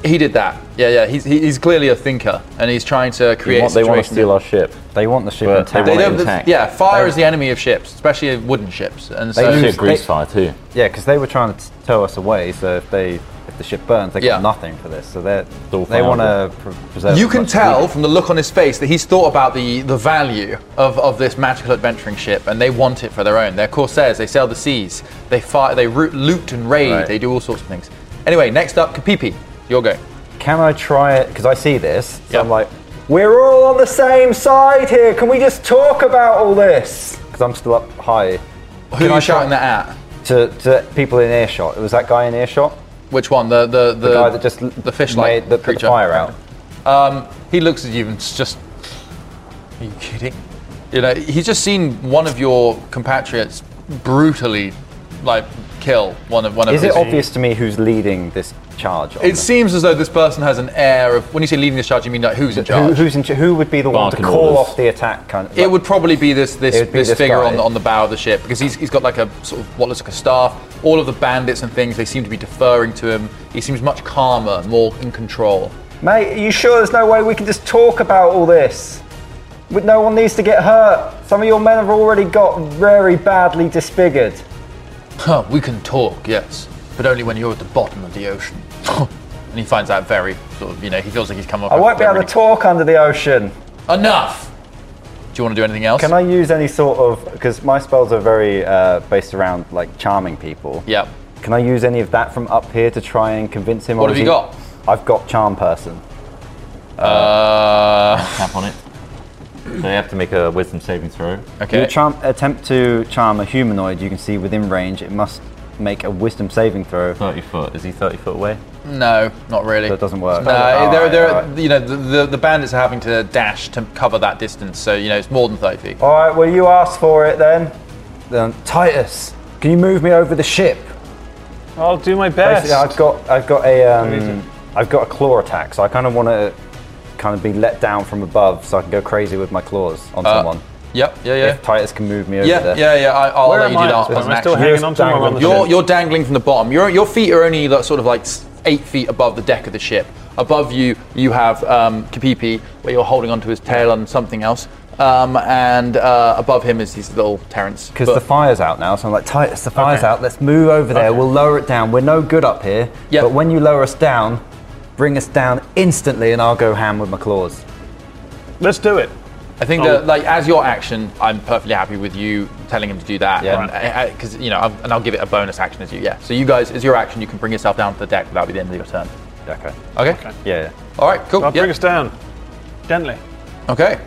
Speaker 1: He did that. Yeah, yeah. He's, he- he's clearly a thinker, and he's trying to
Speaker 2: They
Speaker 1: create.
Speaker 2: want,
Speaker 1: a
Speaker 2: they want to
Speaker 1: situation
Speaker 2: steal our ship.
Speaker 1: uh,
Speaker 4: They want the ship
Speaker 2: Well,
Speaker 4: intact.
Speaker 2: they
Speaker 1: They
Speaker 2: want
Speaker 1: don't-
Speaker 2: intact.
Speaker 1: yeah, fire is the enemy of ships, especially of wooden ships. And so,
Speaker 2: They
Speaker 4: lose-
Speaker 2: should grease
Speaker 4: they-
Speaker 2: fire too.
Speaker 4: Yeah, because they were trying to t- tow us away. So if they if the ship burns, they
Speaker 1: Yeah.
Speaker 4: got nothing for this. So they're,
Speaker 2: all
Speaker 4: they want to pre- preserve.
Speaker 1: you
Speaker 4: as
Speaker 1: can
Speaker 4: much as we
Speaker 1: tell from the look on his face that he's thought about the, the value of, of this magical adventuring ship, and they want it for their own. They're corsairs. They sail the seas. They fight. They root, loot and raid.
Speaker 4: Right.
Speaker 1: They do all sorts of things. Anyway, next up, Kapipi. Your go.
Speaker 4: Can I try it? Because I see this. So
Speaker 1: Yeah.
Speaker 4: I'm like, we're all on the same side here. Can we just talk about all this? Because I'm still up high.
Speaker 1: Who
Speaker 4: Can
Speaker 1: are
Speaker 4: I
Speaker 1: you shouting
Speaker 4: try-
Speaker 1: that at?
Speaker 4: To, to people in earshot. It was that guy in earshot?
Speaker 1: Which one? The the the,
Speaker 4: The guy that just l-
Speaker 1: the fish
Speaker 4: made-
Speaker 1: like
Speaker 4: that put the fire out.
Speaker 1: Um, he looks at you and s- just, are you kidding? You know, he's just seen one of your compatriots brutally, like, kill one of one
Speaker 4: Is
Speaker 1: of.
Speaker 4: it
Speaker 1: his.
Speaker 4: obvious to me who's leading this charge? on
Speaker 1: It
Speaker 4: this?
Speaker 1: seems as though this person has an air of. When you say leading this charge, you mean like who's in
Speaker 4: Who,
Speaker 1: charge?
Speaker 4: who's in, ch- who would be the one to
Speaker 2: Barking
Speaker 4: call
Speaker 2: orders.
Speaker 4: off the attack? Kind of,
Speaker 1: It would probably be this this,
Speaker 4: It would be
Speaker 1: this,
Speaker 4: this
Speaker 1: figure
Speaker 4: guy.
Speaker 1: on the, on the bow of the ship because he's, he's got like a sort of what looks like a staff. All of the bandits and things they seem to be deferring to him. He seems much calmer, more in control.
Speaker 4: Mate, are you sure there's no way we can just talk about all this? But no one needs to get hurt. Some of your men have already got very badly disfigured.
Speaker 1: Huh, Oh, we can talk, yes, but only when you're at the bottom of the ocean. [laughs] and he finds that very sort of, you know, he feels like he's come up.
Speaker 4: I won't be able to talk under the ocean.
Speaker 1: talk. Enough. Do you want to do anything else?
Speaker 4: Can I use any sort of? Because my spells are very uh, based around like charming people.
Speaker 1: Yeah.
Speaker 4: Can I use any of that from up here to try and convince him?
Speaker 1: What
Speaker 4: or
Speaker 1: have
Speaker 4: is
Speaker 1: you
Speaker 4: he-
Speaker 1: got?
Speaker 4: I've got charm person.
Speaker 1: Uh,
Speaker 2: Tap on it. So they have to make a wisdom saving throw.
Speaker 1: okay.
Speaker 4: You charm, attempt to charm a humanoid you can see within range. It must make a wisdom saving throw.
Speaker 2: 30 foot. Is he 30 foot away?
Speaker 1: No, not really.
Speaker 4: That doesn't work.
Speaker 1: No,
Speaker 4: Alright,
Speaker 1: they're, they're,
Speaker 4: alright.
Speaker 1: you know, the, the, the bandits are having to dash to cover that distance, so you know it's more than 30 feet.
Speaker 4: All right, well, you asked for it then. Then Titus, can you move me over the ship?
Speaker 5: I'll do my best.
Speaker 4: Basically, I've got I've got a
Speaker 5: Amazing.
Speaker 4: um, I've got a claw attack, so I kind of want to kind of be let down from above, so I can go crazy with my claws on
Speaker 1: Uh,
Speaker 4: someone.
Speaker 1: Yep, yeah, yeah.
Speaker 4: If Titus can move me over
Speaker 1: Yeah,
Speaker 4: there.
Speaker 1: yeah, yeah. I, I'll
Speaker 5: Where
Speaker 1: let you
Speaker 5: am
Speaker 1: do
Speaker 5: I?
Speaker 1: that last
Speaker 5: at the
Speaker 1: as
Speaker 5: moment?
Speaker 1: an
Speaker 5: I'm still
Speaker 1: action.
Speaker 4: hanging
Speaker 5: hanging on to him. I'm on the
Speaker 4: You're-
Speaker 1: You're,
Speaker 5: ship.
Speaker 1: you're dangling from the bottom. Your, your feet are only like, sort of like s- eight feet above the deck of the ship. Above you, you have um, Kapipi, where you're holding onto his tail and something else. Um, and uh, above him is his little Terence.
Speaker 4: Because
Speaker 1: But-
Speaker 4: the fire's out now, so I'm like, Titus, the fire's
Speaker 5: Okay.
Speaker 4: out. Let's move over there. We'll lower it down. We're no good up here.
Speaker 1: Yeah.
Speaker 4: But when you lower us down, bring us down instantly, and I'll go ham with my claws.
Speaker 5: Let's do it.
Speaker 1: I think
Speaker 5: Oh.
Speaker 1: that, like, as your action, I'm perfectly happy with you telling him to do that.
Speaker 4: Yeah.
Speaker 1: Yeah. Because you know, I'll, and I'll give it a bonus action as you. Yeah. So you guys, as your action, you can bring yourself down to the deck without the end of your turn.
Speaker 4: Okay.
Speaker 1: Okay.
Speaker 4: Yeah.
Speaker 1: All right. Cool.
Speaker 5: I'll
Speaker 1: Yeah.
Speaker 5: bring us down. Gently.
Speaker 1: Okay,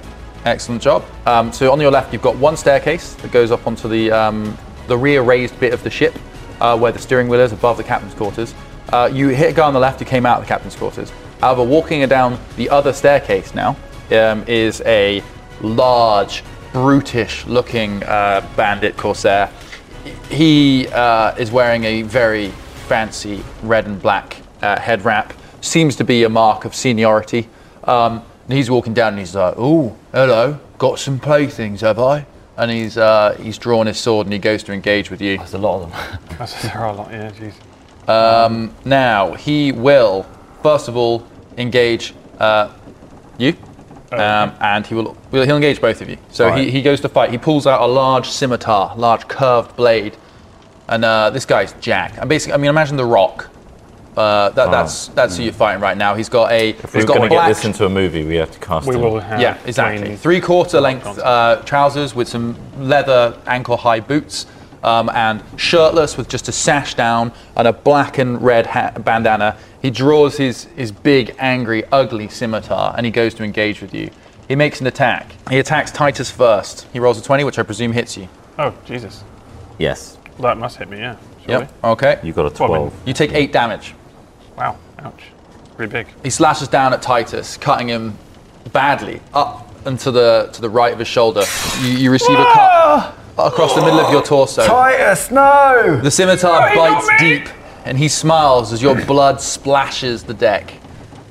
Speaker 1: excellent job. Um, so on your left, you've got one staircase that goes up onto the um, the rear raised bit of the ship, uh, where the steering wheel is above the captain's quarters. Uh, you hit a guy on the left who came out of the captain's quarters. However, walking down the other staircase now um, is a large, brutish-looking uh, bandit corsair. He uh, is wearing a very fancy red and black uh, head wrap. Seems to be a mark of seniority. Um, and he's walking down and he's like, "Oh, hello, got some playthings, have I?" And he's uh, he's drawn his sword and he goes to engage with you.
Speaker 2: There's a lot of them.
Speaker 5: That's there are a lot. Yeah, jeez.
Speaker 1: Now he will first of all engage uh, you, um, and he will will- he'll engage both of you. So he, he goes to fight. He pulls out a large scimitar, large curved blade, and uh, this guy's Jack. And basically, I mean, imagine the Rock. Uh, that, That's that's who you're fighting right now. He's got a
Speaker 2: If
Speaker 1: he's
Speaker 2: we're
Speaker 1: got
Speaker 2: going to get
Speaker 1: black
Speaker 2: this into a movie, we have to cast
Speaker 5: We
Speaker 2: him.
Speaker 5: will uh, have.
Speaker 1: yeah, exactly.
Speaker 5: plain-
Speaker 1: Three quarter uh, length
Speaker 5: concept.
Speaker 1: uh, trousers with some leather ankle high boots um, and shirtless with just a sash down and a black and red ha- bandana. He draws his, his big, angry, ugly scimitar and he goes to engage with you. He makes an attack. He attacks Titus first. He rolls a 20, which I presume hits you.
Speaker 5: Oh Jesus,
Speaker 2: Yes.
Speaker 5: that must hit me. Yeah. surely.
Speaker 1: Yep. Okay.
Speaker 2: You got a
Speaker 5: Well, I mean-
Speaker 2: 12.
Speaker 1: You take eight damage.
Speaker 5: Wow. Ouch. Pretty big.
Speaker 1: He slashes down at Titus, cutting him badly up and to the to the right of his shoulder. You, you receive a cut across the middle of your torso.
Speaker 4: Titus, no!
Speaker 1: The scimitar
Speaker 5: he got
Speaker 1: bites
Speaker 5: me!
Speaker 1: deep, and he smiles as your blood splashes the deck.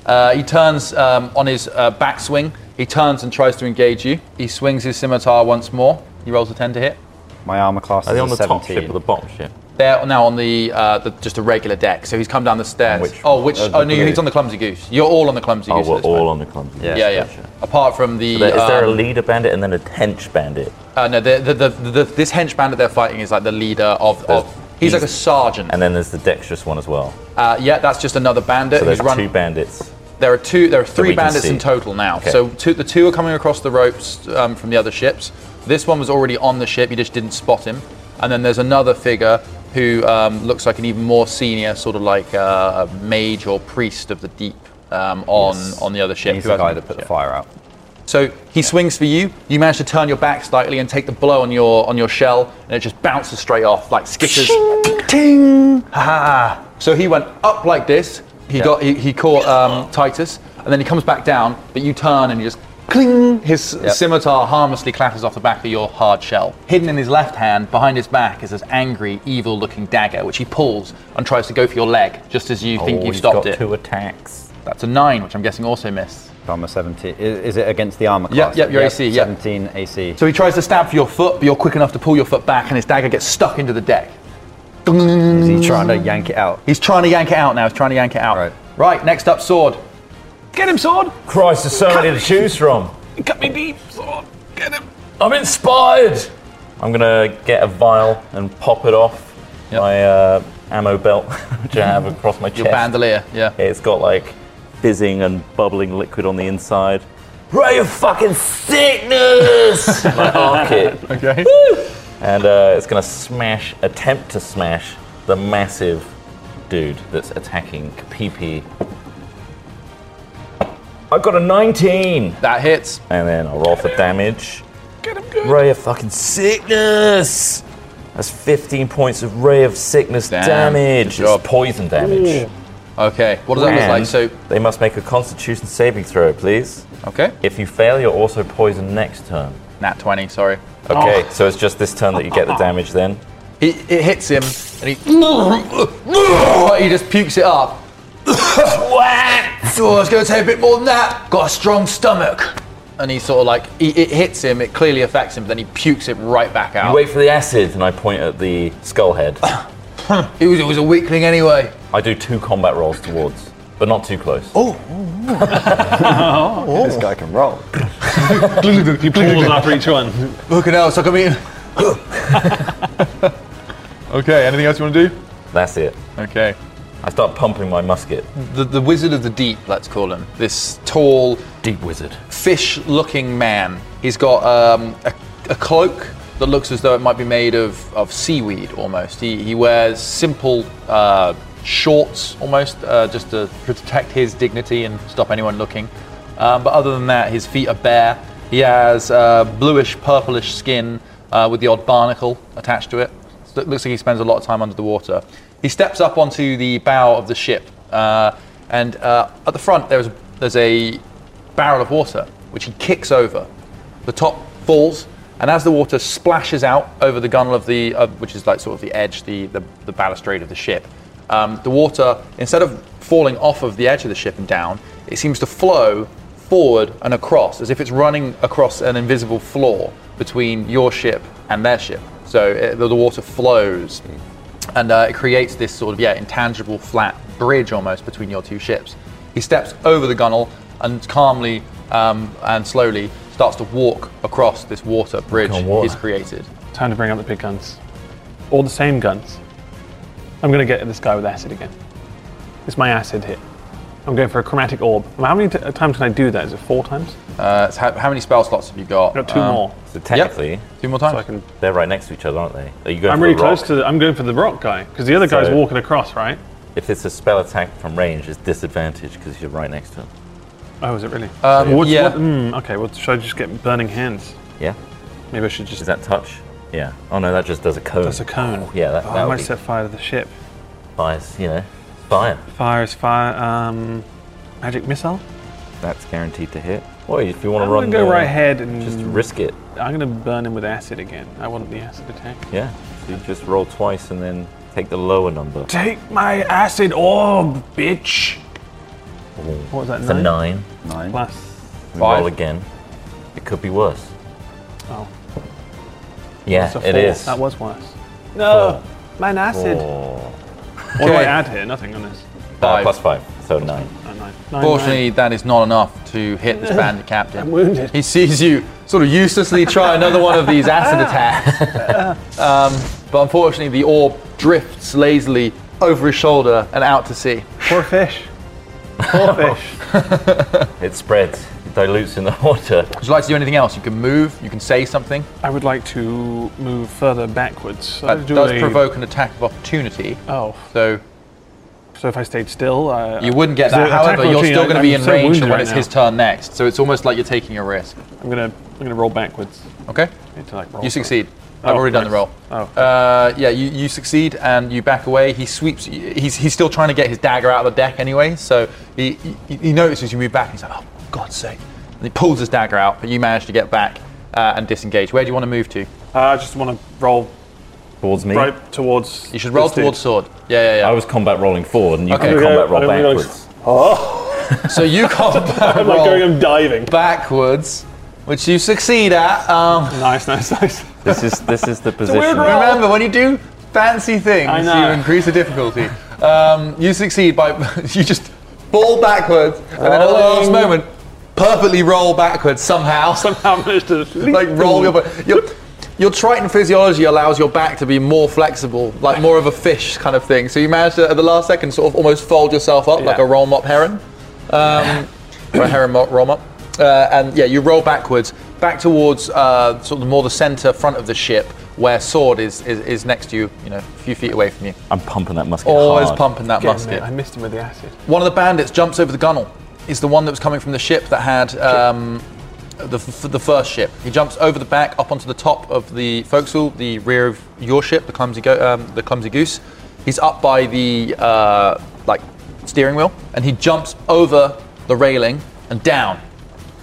Speaker 1: Uh, he turns um, on his uh, backswing. He turns and tries to engage you. He swings his scimitar once more. He rolls a 10 to hit.
Speaker 4: My armor class
Speaker 2: Are
Speaker 4: is
Speaker 2: they
Speaker 4: a
Speaker 2: on the
Speaker 4: 17.
Speaker 2: top ship or the bottom ship?
Speaker 1: They're now on the, uh, the just a regular deck. So he's come down the stairs.
Speaker 2: Which-
Speaker 1: oh, which?
Speaker 4: uh, the
Speaker 1: oh no, he's
Speaker 4: blue.
Speaker 1: on the clumsy goose. You're all on the clumsy
Speaker 2: Oh,
Speaker 1: goose. at
Speaker 2: we're
Speaker 1: this point.
Speaker 2: all on the clumsy.
Speaker 4: Yeah.
Speaker 1: Yeah, yeah.
Speaker 2: Gotcha.
Speaker 1: Apart from the.
Speaker 2: There- Is there a
Speaker 1: um,
Speaker 2: leader bandit and then a tench bandit?
Speaker 1: Uh, no, the, the, the, the, this henchman that they're fighting is like the leader of.
Speaker 2: There's-
Speaker 1: of he's, like a
Speaker 2: he's-
Speaker 1: sergeant.
Speaker 2: And then there's the dexterous one as well.
Speaker 1: uh, yeah, that's just another bandit
Speaker 2: So
Speaker 1: who's
Speaker 2: there's
Speaker 1: run.
Speaker 2: two bandits.
Speaker 1: There are two. There are three
Speaker 2: we can
Speaker 1: bandits
Speaker 2: see.
Speaker 1: in total now.
Speaker 2: Okay.
Speaker 1: So two, the two are coming across the ropes um, from the other ships. This one was already on the ship. You just didn't spot him. And then there's another figure who um, looks like an even more senior, sort of like uh, a mage or priest of the deep um, on
Speaker 2: Yes.
Speaker 1: on the other ship.
Speaker 4: He's
Speaker 1: who
Speaker 4: the
Speaker 1: hasn't
Speaker 4: guy
Speaker 1: been
Speaker 4: that put the
Speaker 1: ship.
Speaker 4: fire out.
Speaker 1: So he swings for you. You manage to turn your back slightly and take the blow on your on your shell, and it just bounces straight off like skitters. Ting! Ha ha! So he went up like this. He got he, he caught um, Titus, and then he comes back down. But you turn and you just cling. His scimitar harmlessly clatters off the back of your hard shell. Hidden in his left hand, behind his back, is this angry, evil-looking dagger, which he pulls and tries to go for your leg, just as you think
Speaker 2: oh,
Speaker 1: you
Speaker 2: he's
Speaker 1: stopped
Speaker 2: got
Speaker 1: it.
Speaker 2: two attacks.
Speaker 1: That's a nine, which I'm guessing also missed.
Speaker 4: Armor 17. Is, is it against the armor
Speaker 1: Yeah,
Speaker 4: class?
Speaker 1: yeah, your AC, yeah.
Speaker 4: 17 AC.
Speaker 1: So he tries to stab for your foot, but you're quick enough to pull your foot back, and his dagger gets stuck into the deck.
Speaker 4: Is he trying to yank it out?
Speaker 1: He's trying to yank it out now. He's trying to yank it out.
Speaker 4: Right.
Speaker 1: Right. Next up, sword. Get him, sword.
Speaker 3: Christ, there's so many to choose from.
Speaker 5: Cut me deep, sword. Get him.
Speaker 3: I'm inspired.
Speaker 2: I'm going to get a vial and pop it off
Speaker 1: Yep.
Speaker 2: my uh, ammo belt, [laughs] which I have across my chest.
Speaker 1: Your bandolier. Yeah.
Speaker 2: It's got like fizzing and bubbling liquid on the inside.
Speaker 3: Ray of
Speaker 2: [laughs]
Speaker 3: fucking sickness.
Speaker 2: I arc it.
Speaker 1: Okay.
Speaker 2: And uh, it's going to smash, attempt to smash the massive dude that's attacking Kapipi.
Speaker 3: I've got a 19.
Speaker 1: [laughs] That hits.
Speaker 2: And then I'll roll for damage. Ray of fucking sickness. That's 15 points of ray of sickness
Speaker 1: Damn,
Speaker 2: damage.
Speaker 1: good job.
Speaker 2: It's poison damage.
Speaker 1: Okay. What does that look
Speaker 2: And
Speaker 1: like? So,
Speaker 2: they must make a Constitution saving throw, please.
Speaker 1: okay.
Speaker 2: If you fail, you're also poisoned next turn.
Speaker 1: Nat 20, sorry.
Speaker 2: Okay,
Speaker 1: Oh.
Speaker 2: so it's just this turn that you get the damage then.
Speaker 1: It, it hits him, and [laughs] he, he just pukes it up. [laughs] oh, it's going to take a bit more than that. Got a strong stomach. And he sort of like, he, it hits him, it clearly affects him, but then he pukes it right back out.
Speaker 2: You wait for the acid, and I point at the skull
Speaker 5: [coughs]
Speaker 2: head.
Speaker 1: It was, it was a weakling anyway.
Speaker 2: I do two combat rolls towards, but not too close. Oh,
Speaker 4: This guy can roll.
Speaker 5: He pulls after each one.
Speaker 1: Fucking hell, suck me in. [laughs] okay, anything else you want to do?
Speaker 2: that's it.
Speaker 1: Okay.
Speaker 2: I start pumping my musket.
Speaker 5: Hmm.
Speaker 1: The, the Wizard of the Deep, let's call him. This tall,
Speaker 2: Deep wizard.
Speaker 1: fish looking man. He's got um, a, a cloak that looks as though it might be made of, of seaweed almost. He, he wears simple uh, shorts almost uh, just to protect his dignity and stop anyone looking. Um, but other than that, his feet are bare. He has uh, bluish purplish skin uh, with the odd barnacle attached to it. So it looks like he spends a lot of time under the water. He steps up onto the bow of the ship, uh, and uh, at the front there's there's a barrel of water, which he kicks over. The top falls, and as the water splashes out over the gunwale of the, uh, which is like sort of the edge, the, the, the balustrade of the ship, um, the water, instead of falling off of the edge of the ship and down, it seems to flow forward and across, as if it's running across an invisible floor between your ship and their ship. So it, the the water flows and uh, it creates this sort of yeah intangible flat bridge almost between your two ships. He steps over the gunnel and calmly um, and slowly starts to walk across this water bridge
Speaker 2: on, water.
Speaker 1: he's created.
Speaker 5: Time to bring out the big guns. All the same guns. I'm going to get at this guy with acid again. It's my acid hit. I'm going for a chromatic orb. How many t- times can I do that? Is it four times?
Speaker 1: Uh, so how, how many spell slots have you got?
Speaker 5: I've got two
Speaker 1: Um,
Speaker 5: more.
Speaker 2: So
Speaker 1: yep,
Speaker 2: technically,
Speaker 1: two more times.
Speaker 5: So I can.
Speaker 2: they're right next to each other, aren't they? Are you going
Speaker 5: I'm
Speaker 2: for
Speaker 5: really
Speaker 2: the rock?
Speaker 5: close to. The, I'm going for the rock guy because the other guy's
Speaker 2: So-
Speaker 5: walking across, right?
Speaker 2: If it's a spell attack from range, it's disadvantage because you're right next to him.
Speaker 5: Oh, is it really?
Speaker 2: Uh,
Speaker 1: Um,
Speaker 5: What's-
Speaker 1: yeah.
Speaker 5: what- hmm, okay. Well, should I just get burning hands?
Speaker 2: Yeah.
Speaker 5: Maybe I should just.
Speaker 2: Is that touch? Yeah. Oh no, that just does a cone.
Speaker 5: That's a cone.
Speaker 2: Yeah, that,
Speaker 5: Oh,
Speaker 2: that
Speaker 5: I
Speaker 2: would
Speaker 5: might
Speaker 2: be
Speaker 5: set fire to the ship.
Speaker 2: fires, you know, fire.
Speaker 5: Fire is fire. Um, magic missile.
Speaker 2: That's guaranteed to hit. Well, if you want
Speaker 5: I'm
Speaker 2: to run,
Speaker 5: gonna go
Speaker 2: uh,
Speaker 5: right ahead and
Speaker 2: Just risk it.
Speaker 5: I'm gonna burn him with acid again. I want the acid attack.
Speaker 2: Yeah. So you just roll twice and then take the lower number.
Speaker 5: Take my acid orb, bitch. What was that?
Speaker 2: It's a
Speaker 5: nine?
Speaker 2: nine.
Speaker 5: Plus.
Speaker 2: We
Speaker 1: Five.
Speaker 2: Roll again. It could be worse.
Speaker 5: Oh,
Speaker 2: Yeah,
Speaker 5: it's a
Speaker 2: it
Speaker 5: four.
Speaker 2: is.
Speaker 5: That was worse. No, man, acid.
Speaker 2: Four.
Speaker 5: What do I
Speaker 1: Okay.
Speaker 5: add here? Nothing on this.
Speaker 2: Uh,
Speaker 1: Five.
Speaker 2: plus five, so nine.
Speaker 5: Oh, nine. Nine, nine.
Speaker 1: Fortunately, that is not enough to hit
Speaker 5: [laughs]
Speaker 1: this bandit captain.
Speaker 5: I'm wounded.
Speaker 1: He sees you sort of uselessly try another one of these
Speaker 5: [laughs]
Speaker 1: acid attacks. [laughs] Um, but unfortunately, the orb drifts lazily over his shoulder and out to sea.
Speaker 5: Poor fish.
Speaker 2: [laughs]
Speaker 5: Poor fish.
Speaker 2: It spreads. It dilutes in the [laughs] water.
Speaker 1: Would you like to do anything else? You can move, you can say something.
Speaker 5: I would like to move further backwards. I
Speaker 1: That
Speaker 5: do
Speaker 1: does
Speaker 5: a-
Speaker 1: provoke an attack of opportunity.
Speaker 5: Oh,
Speaker 1: So
Speaker 5: so if I stayed still, I,
Speaker 1: you wouldn't get
Speaker 5: So
Speaker 1: that.
Speaker 5: attack
Speaker 1: However, you're
Speaker 5: opportunity,
Speaker 1: still going to be
Speaker 5: I'm
Speaker 1: in
Speaker 5: so
Speaker 1: range for
Speaker 5: wounded
Speaker 1: when
Speaker 5: right
Speaker 1: it's
Speaker 5: now.
Speaker 1: his turn next. So it's almost like you're taking a risk.
Speaker 5: I'm gonna I'm gonna roll backwards.
Speaker 1: Okay?
Speaker 5: I need to, like, roll
Speaker 1: You
Speaker 5: for-
Speaker 1: succeed. I've
Speaker 5: Oh,
Speaker 1: already done the
Speaker 5: nice.
Speaker 1: roll.
Speaker 5: Oh.
Speaker 1: Uh, yeah, you, you succeed and you back away. He sweeps. He's, he's still trying to get his dagger out of the deck anyway, so he, he, he notices you move back. He's like, oh, for God's sake. And he pulls his dagger out, but you manage to get back uh, and disengage. Where do you want to move to?
Speaker 5: Uh, I just want to roll
Speaker 2: Towards me.
Speaker 5: right towards.
Speaker 1: You should roll towards sword. Yeah,
Speaker 2: I
Speaker 1: yeah,
Speaker 2: was combat rolling forward, and you
Speaker 1: Okay.
Speaker 2: can
Speaker 1: Yeah,
Speaker 2: combat
Speaker 5: I
Speaker 2: roll
Speaker 5: don't realise-
Speaker 2: backwards.
Speaker 1: yeah. so you [laughs]
Speaker 5: [laughs]
Speaker 1: combat
Speaker 5: I'm
Speaker 1: roll
Speaker 5: Oh. like going. I'm diving. [laughs]
Speaker 1: backwards, which you succeed at. Um,
Speaker 5: Nice, nice, nice.
Speaker 2: This is this is
Speaker 4: [laughs]
Speaker 2: the position.
Speaker 1: remember, when you do fancy things,
Speaker 5: I
Speaker 1: you
Speaker 5: know.
Speaker 1: increase the difficulty. Um, you succeed by [laughs] you just fall backwards, and then at the last moment, perfectly roll backwards somehow.
Speaker 5: [laughs] Somehow I managed to
Speaker 1: [laughs] like roll your your your Triton physiology allows your back to be more flexible, like more of a fish kind of thing. So you manage to, at the last second, sort of almost fold yourself up like a
Speaker 5: Yeah.
Speaker 1: roll mop heron, um, or a heron mop, roll mop, uh, and yeah, you roll backwards, back towards uh, sort of more the centre front of the ship, where sword is, is is next to you, you know, a few feet away from you.
Speaker 2: I'm pumping that musket
Speaker 1: Always
Speaker 2: hard.
Speaker 1: pumping that
Speaker 5: Again,
Speaker 1: musket.
Speaker 5: mate, I missed him with the acid.
Speaker 1: One of the bandits jumps over the gunnel. is the one that was coming from the ship that had um, the, f- the first ship. He jumps over the back, up onto the top of the forecastle, the rear of your ship, the clumsy, go- um, the clumsy goose. He's up by the uh, like steering wheel, and he jumps over the railing and down,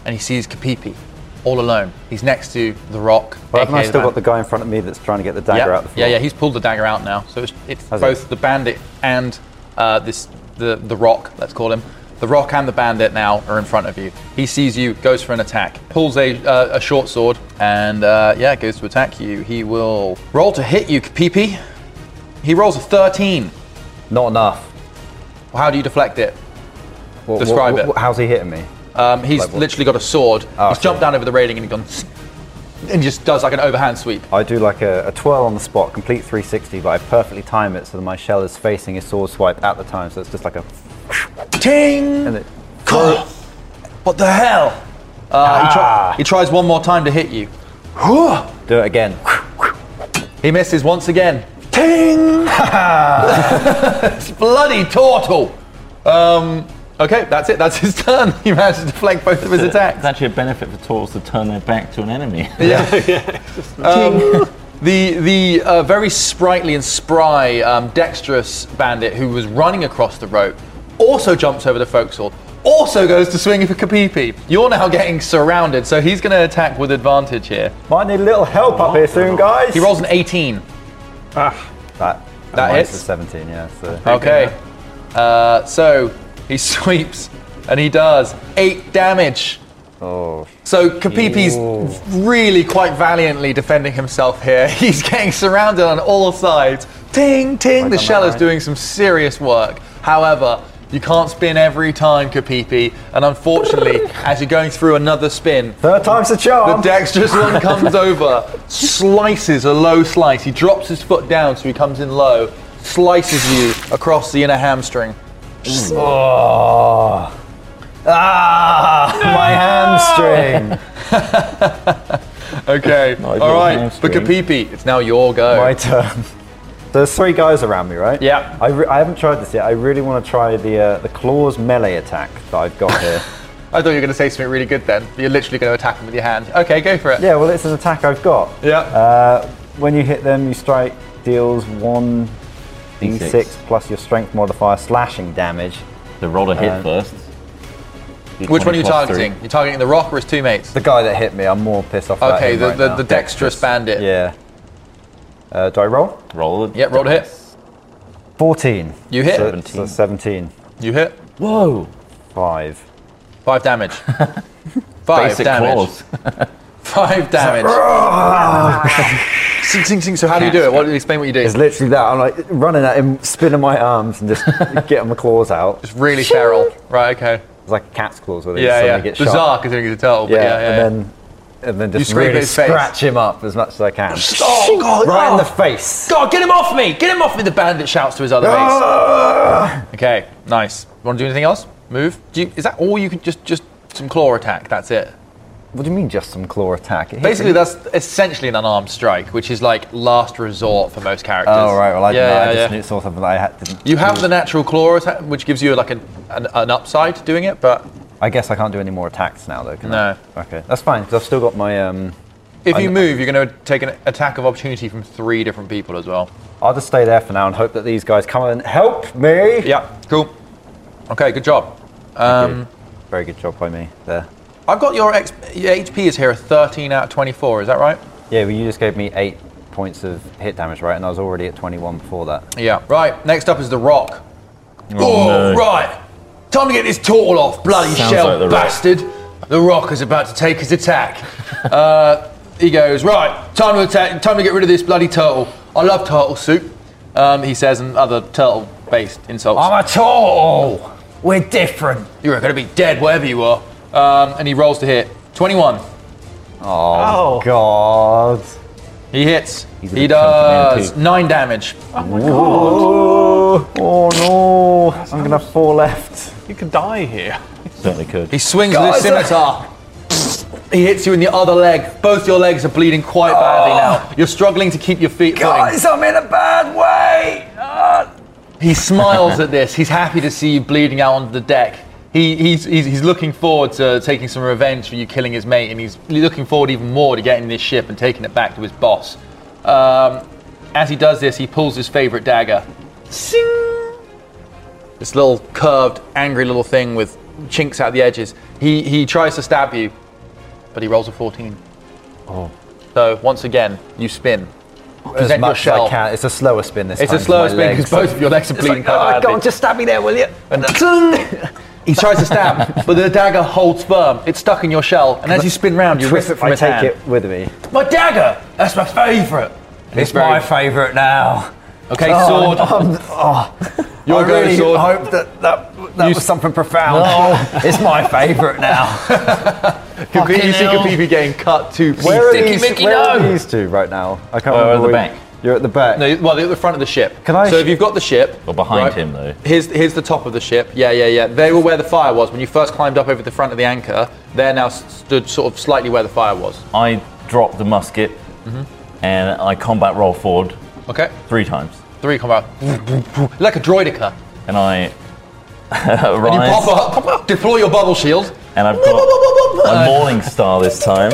Speaker 1: and he sees Kapipi all alone. He's next to the rock.
Speaker 4: Well, haven't I
Speaker 1: aka the
Speaker 4: still
Speaker 1: man-
Speaker 4: got the guy in front of me that's trying to get the dagger
Speaker 1: yeah.
Speaker 4: out the floor?
Speaker 1: Yeah, yeah, he's pulled the dagger out now. So it's, it's
Speaker 4: Has he?
Speaker 1: both the bandit and uh, this the the rock. Let's call him the rock and the bandit now are in front of you. He sees you, goes for an attack, pulls a uh, a short sword, and uh, yeah, goes to attack you. He will roll to hit you, Kapipi. He rolls a 13.
Speaker 4: Not enough.
Speaker 1: How do you deflect it?
Speaker 4: What-
Speaker 1: Describe
Speaker 4: what-
Speaker 1: it.
Speaker 4: what- how's he hitting me?
Speaker 1: Um, he's
Speaker 4: Like what?
Speaker 1: literally got a sword.
Speaker 4: Oh,
Speaker 1: he's
Speaker 4: okay.
Speaker 1: jumped down over the railing and he gone and just does like an overhand sweep.
Speaker 4: I do like a, a twirl on the spot, complete 360, but I perfectly time it so that my shell is facing his sword swipe at the time. So it's just like a
Speaker 1: Ting!
Speaker 4: and it
Speaker 1: God, What the hell? Uh,
Speaker 4: Ah.
Speaker 1: he, try- he tries one more time to hit you. Whew.
Speaker 4: do
Speaker 1: [laughs]
Speaker 4: it again.
Speaker 1: He misses once again. Ting! It's [laughs] bloody turtle. Um, okay, that's it. That's [laughs] his turn. He managed to deflect both of his attacks.
Speaker 2: It's actually a benefit for Taurus to turn their back to an [laughs] enemy.
Speaker 1: The the uh, very sprightly and spry, um, dexterous bandit who was running across the rope also jumps over the forecastle. Also goes to swing for Kapipi. You're now getting surrounded, so he's going to attack with advantage here.
Speaker 4: Might need a little help up here soon, guys.
Speaker 1: He rolls an 18.
Speaker 4: that.
Speaker 1: That
Speaker 4: mine's
Speaker 1: hits.
Speaker 4: a 17, yeah. So
Speaker 1: Okay. Uh, so he [laughs] sweeps and he does eight damage.
Speaker 4: Oh.
Speaker 1: So Kapipi's really quite valiantly defending himself here. [laughs] He's getting surrounded on all sides. Ting, ting. The
Speaker 4: done
Speaker 1: shell
Speaker 4: that
Speaker 1: is
Speaker 4: right.
Speaker 1: doing some serious work. However, you can't spin every time, Kapipi. And unfortunately, as you're going through another spin,
Speaker 4: Third time's the
Speaker 1: the
Speaker 4: charm.
Speaker 1: dexterous
Speaker 4: [laughs]
Speaker 1: one comes over, slices a low slice. He drops his foot down so he comes in low, slices you across the inner hamstring.
Speaker 4: oh.
Speaker 1: [laughs]
Speaker 4: Ah,
Speaker 1: Ah.
Speaker 4: my hamstring.
Speaker 1: Okay,
Speaker 2: I
Speaker 1: all
Speaker 2: got
Speaker 1: right,
Speaker 2: hamstring.
Speaker 1: Bakapipi, it's now your go.
Speaker 4: my turn. There's three guys around me, right?
Speaker 1: Yeah.
Speaker 4: I, re- I haven't tried this yet. I really want to try the uh, the claws melee attack that I've got
Speaker 1: [laughs]
Speaker 4: here.
Speaker 1: I thought you were going to say something really good then. but You're literally going to attack him with your hand. Okay, go for it.
Speaker 4: yeah, well, it's an attack I've got.
Speaker 1: Yeah.
Speaker 4: Uh, when you hit them, you strike deals one d6 plus your strength modifier slashing damage.
Speaker 2: So roll a hit first.
Speaker 1: Uh, Which one are you
Speaker 2: D20 plus three.
Speaker 1: targeting? You're targeting the rock or his two mates?
Speaker 4: The guy that hit me, I'm more pissed off. about
Speaker 1: Okay,
Speaker 4: him
Speaker 1: the,
Speaker 4: right
Speaker 1: the,
Speaker 4: now.
Speaker 1: the dexterous bandit.
Speaker 4: Yeah. Uh, do I roll?
Speaker 2: Roll a
Speaker 1: Yep, roll a hit.
Speaker 4: 14.
Speaker 1: You hit.
Speaker 4: So- so 17.
Speaker 1: You hit.
Speaker 2: Whoa!
Speaker 4: Five.
Speaker 1: Five
Speaker 4: [laughs]
Speaker 1: damage. Five
Speaker 2: Basic
Speaker 1: damage.
Speaker 2: claws.
Speaker 1: Five damage. sing, sing, sing. So how do you do it? What, explain what you do.
Speaker 4: It's literally that. I'm like running at him, spinning my arms, and just [laughs] getting my claws out. It's
Speaker 1: It's really feral. Right, okay.
Speaker 4: like a cat's claws where they
Speaker 1: Yeah,
Speaker 4: suddenly
Speaker 1: yeah.
Speaker 4: get sharp.
Speaker 1: Bizarre considering he's a turtle, but yeah, yeah. yeah.
Speaker 4: and then and then just
Speaker 1: scrape
Speaker 4: really
Speaker 1: his face.
Speaker 4: scratch him up as much as I can.
Speaker 1: oh, God.
Speaker 4: Right in
Speaker 1: oh.
Speaker 4: the face.
Speaker 1: God, get him off me! Get him off me! The bandit shouts to his other mates.
Speaker 4: Ah!
Speaker 1: Okay, nice. Want to do anything else? Move? Do you, is that all you can just just some claw attack? That's it.
Speaker 4: What do you mean, just some claw attack? It hits
Speaker 1: Basically,
Speaker 4: him.
Speaker 1: that's essentially an unarmed strike, which is like last resort for most characters.
Speaker 4: Oh right, well I,
Speaker 1: yeah,
Speaker 4: didn't know. I
Speaker 1: yeah,
Speaker 4: just
Speaker 1: yeah.
Speaker 4: knew saw something that I had, didn't.
Speaker 1: You have the natural claw attack, which gives you like an, an, an upside to doing it, but
Speaker 4: I guess I can't do any more attacks now, though. Can
Speaker 1: No.
Speaker 4: I? Okay, that's fine because I've still got my. Um,
Speaker 1: if
Speaker 4: I
Speaker 1: you
Speaker 4: kn-
Speaker 1: move, you're going to take an attack of opportunity from three different people as well.
Speaker 4: I'll just stay there for now and hope that these guys come and help me.
Speaker 1: Yeah, cool. Okay, good job. Um,
Speaker 4: Very good job by me there.
Speaker 1: I've got your, X, your HP is here, a 13 out of 24. Is that right?
Speaker 4: Yeah, well, you just gave me eight points of hit damage, right? And I was already at 21 before that.
Speaker 1: Yeah. Right. Next up is the Rock. Oh,
Speaker 2: no.
Speaker 1: right. Time to get this turtle off, bloody
Speaker 2: Sounds
Speaker 1: shell
Speaker 2: like The Rock.
Speaker 1: bastard. The Rock is about to take his
Speaker 2: [laughs]
Speaker 1: attack. uh, he goes right. Time to attack. Time to get rid of this bloody turtle. I love turtle soup. Um, he says, and other turtle-based insults.
Speaker 6: I'm a turtle. We're different.
Speaker 1: You're going to be dead, wherever you are. Um, and he rolls to hit. 21.
Speaker 4: Oh, God.
Speaker 1: He hits.
Speaker 2: He's a
Speaker 1: He
Speaker 2: big chunk of man,
Speaker 1: does
Speaker 2: too.
Speaker 1: nine damage.
Speaker 4: Oh, oh no. I'm going to have four left.
Speaker 5: You could die here.
Speaker 2: Certainly could.
Speaker 1: He swings with his
Speaker 4: Guys,
Speaker 1: scimitar. he hits you in the other leg. Both your legs are bleeding quite badly now. You're struggling to keep your feet footing.
Speaker 4: I'm in a bad way.
Speaker 7: [laughs]
Speaker 1: He smiles at this. He's happy to see you bleeding out onto the deck. He, he's, he's, he's looking forward to taking some revenge for you killing his mate, and he's looking forward even more to getting this ship and taking it back to his boss. Um, as he does this, he pulls his favorite dagger. Sing! This little curved, angry little thing with chinks out the edges. He, he tries to stab you, but he rolls a 14. So, once again, you spin.
Speaker 7: Oh. as
Speaker 1: Present your
Speaker 7: much as
Speaker 1: shell.
Speaker 7: I can. It's a slower spin this
Speaker 1: It's
Speaker 7: time.
Speaker 1: a slower
Speaker 7: My
Speaker 1: spin because
Speaker 7: legs-
Speaker 1: both of your legs are bleeding quite
Speaker 4: "Oh,
Speaker 1: badly.
Speaker 4: go on, just stab me there, will you?
Speaker 1: And then- [laughs] he tries to stab, but the dagger holds firm. It's stuck in your shell, and as you spin round, you
Speaker 7: twist
Speaker 1: twist
Speaker 7: it from
Speaker 1: it from
Speaker 7: I
Speaker 1: his
Speaker 7: take
Speaker 1: hand.
Speaker 7: it with me.
Speaker 1: My dagger! That's my favourite. And
Speaker 7: It's
Speaker 1: he's very-
Speaker 7: my favourite now.
Speaker 1: Okay, sword.
Speaker 7: I'm- oh,
Speaker 1: [laughs] Your
Speaker 7: I
Speaker 1: go,
Speaker 7: really
Speaker 1: sword.
Speaker 7: hope that that, that
Speaker 1: You
Speaker 7: was
Speaker 1: s-
Speaker 7: something profound. it's my favourite now.
Speaker 1: Could be- you see
Speaker 3: hell.
Speaker 1: Kapibi getting cut to pieces.
Speaker 7: Where are
Speaker 1: Sticky
Speaker 7: these?
Speaker 3: Mickey,
Speaker 7: where are
Speaker 3: no!
Speaker 7: these two right now? I can't
Speaker 1: Uh,
Speaker 7: remember.
Speaker 1: at the
Speaker 7: where-
Speaker 1: back.
Speaker 7: You're at the back.
Speaker 1: No, well, they're at the front of the ship.
Speaker 7: Can I
Speaker 1: so
Speaker 7: sh-
Speaker 1: if you've got the ship,
Speaker 2: Well, behind him, though.
Speaker 1: Here's here's the top of the ship. Yeah, yeah, yeah. They were where the fire was when you first climbed up over the front of the anchor. They're now s- stood sort of slightly where the fire was.
Speaker 2: I drop the musket
Speaker 5: Mm-hmm.
Speaker 2: and I combat roll forward
Speaker 1: Okay,
Speaker 2: three times.
Speaker 1: three come out like a droidica.
Speaker 2: And I [laughs]
Speaker 1: And you pop
Speaker 2: rise
Speaker 1: up, pop up, deploy your bubble shield.
Speaker 2: and I've
Speaker 1: Whoop, whoop,
Speaker 2: got
Speaker 1: whoop, whoop, whoop.
Speaker 5: [laughs]
Speaker 2: a morning star this time.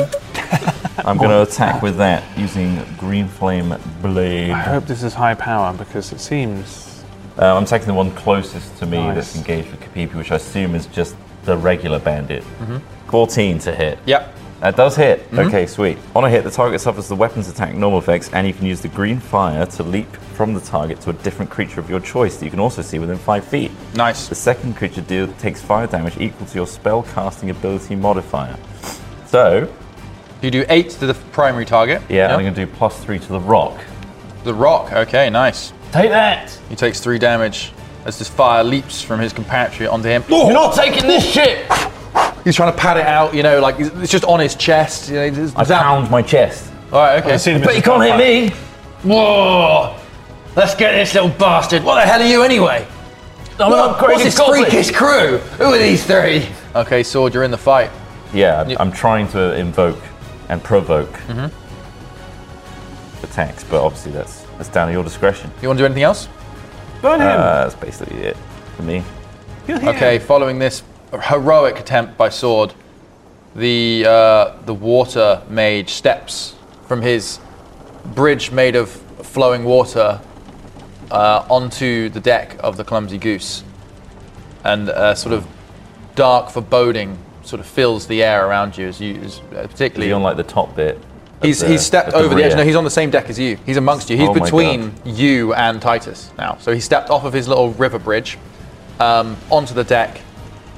Speaker 2: I'm going to attack with that using green flame blade.
Speaker 5: I hope this is high power because it seems.
Speaker 2: Uh, I'm attacking the one closest to me
Speaker 5: Nice.
Speaker 2: that's engaged with Kapipi, which I assume is just the regular bandit.
Speaker 5: Mm-hmm.
Speaker 2: 14 to hit.
Speaker 1: Yep.
Speaker 2: That does hit. Okay, sweet. On a hit, the target suffers the weapon's attack normal effects, and you can use the green fire to leap from the target to a different creature of your choice that you can also see within five feet.
Speaker 1: Nice.
Speaker 2: The second creature deal takes fire damage equal to your spell casting ability modifier. So,
Speaker 1: You do eight to the primary target.
Speaker 2: yeah, I'm going to do plus three to the rock.
Speaker 1: The rock. Okay, nice.
Speaker 3: Take that!
Speaker 1: He takes three damage as this fire leaps from his compatriot onto him.
Speaker 3: You're not taking this shit!
Speaker 1: He's trying to pat it out, you know, like he's- it's just on his chest. You know, just-
Speaker 2: I pound my chest.
Speaker 1: All right, okay.
Speaker 5: seen him
Speaker 1: but
Speaker 5: as
Speaker 1: you
Speaker 5: a
Speaker 1: can't hit me.
Speaker 3: me! Whoa! Let's get this little bastard. What the hell are you anyway? I'm not
Speaker 1: What's
Speaker 3: crazy
Speaker 1: this
Speaker 3: goblin.
Speaker 1: freakish crew? Who are these three? Okay, sword, you're in the fight.
Speaker 2: Yeah, Mm-hmm. I'm, I'm trying to invoke and provoke attacks, but obviously that's that's down to your discretion.
Speaker 1: You want to do anything else?
Speaker 5: Burn him!
Speaker 2: Uh, that's basically it for me.
Speaker 5: Kill him!
Speaker 1: Okay, following this heroic attempt by sword, the uh, the water mage steps from his bridge made of flowing water uh, onto the deck of the clumsy goose, and uh, sort of dark foreboding sort of fills the air around you as you, as, uh,
Speaker 2: Is
Speaker 1: particularly
Speaker 2: he on like the top bit? of
Speaker 1: He's,
Speaker 2: the-
Speaker 1: he's stepped
Speaker 2: of the
Speaker 1: over the, edge.
Speaker 2: rear?
Speaker 1: No, he's on the same deck as you. He's amongst you. He's
Speaker 2: Oh my
Speaker 1: between you and Titus now. So he stepped off of his little river bridge um, onto the deck,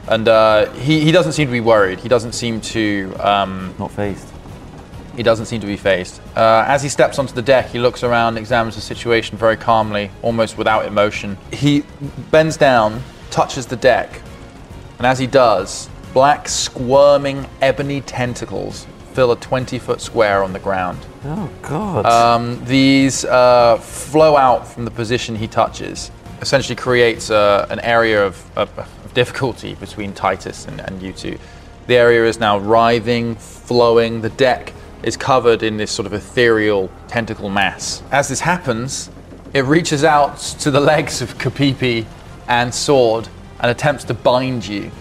Speaker 1: and uh, he, he doesn't seem to be worried. He doesn't seem to um,
Speaker 2: not phased.
Speaker 1: he doesn't seem to be phased. Uh, as he steps onto the deck, he looks around, examines the situation very calmly, almost without emotion. He bends down, touches the deck, and as he does, black, squirming, ebony tentacles fill a 20 foot square on the ground.
Speaker 2: Oh god.
Speaker 1: Um, these uh, flow out from the position he touches, essentially creates uh, an area of, of, of difficulty between Titus and, and you two. The area is now writhing, flowing. The deck is covered in this sort of ethereal tentacle mass. As this happens, it reaches out to the legs of Kapipi and Sword and attempts to bind you.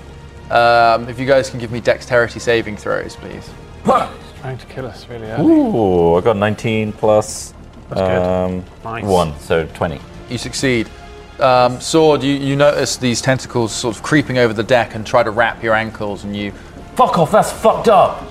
Speaker 1: Um, if you guys can give me dexterity saving throws, please.
Speaker 5: He's trying to kill us really early.
Speaker 2: Ooh, I got 19 plus
Speaker 5: good.
Speaker 2: um,
Speaker 5: Nice.
Speaker 2: one, so 20.
Speaker 1: You succeed. Um, sword, you, you notice these tentacles sort of creeping over the deck and try to wrap your ankles, and you
Speaker 3: Fuck off, that's fucked up!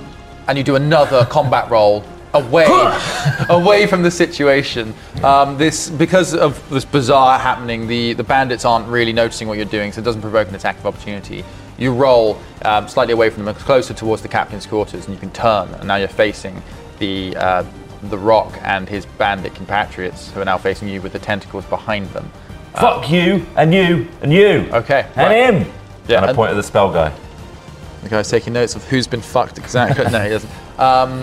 Speaker 1: and you do another [laughs] combat roll away [laughs] away from the situation. Um, this because of this bizarre happening, the, the bandits aren't really noticing what you're doing, so it doesn't provoke an attack of opportunity. You roll um, slightly away from them, closer towards the captain's quarters, and you can turn, and now you're facing the uh, the rock and his bandit compatriots, who are now facing you with the tentacles behind them.
Speaker 2: Fuck you, and you, and you.
Speaker 1: Okay,
Speaker 2: And
Speaker 1: right.
Speaker 2: him.
Speaker 1: Yeah,
Speaker 2: and I
Speaker 1: and-
Speaker 2: point at the spell guy.
Speaker 1: The guy's taking notes of who's been fucked exactly. no,
Speaker 7: [laughs]
Speaker 1: he doesn't. Um,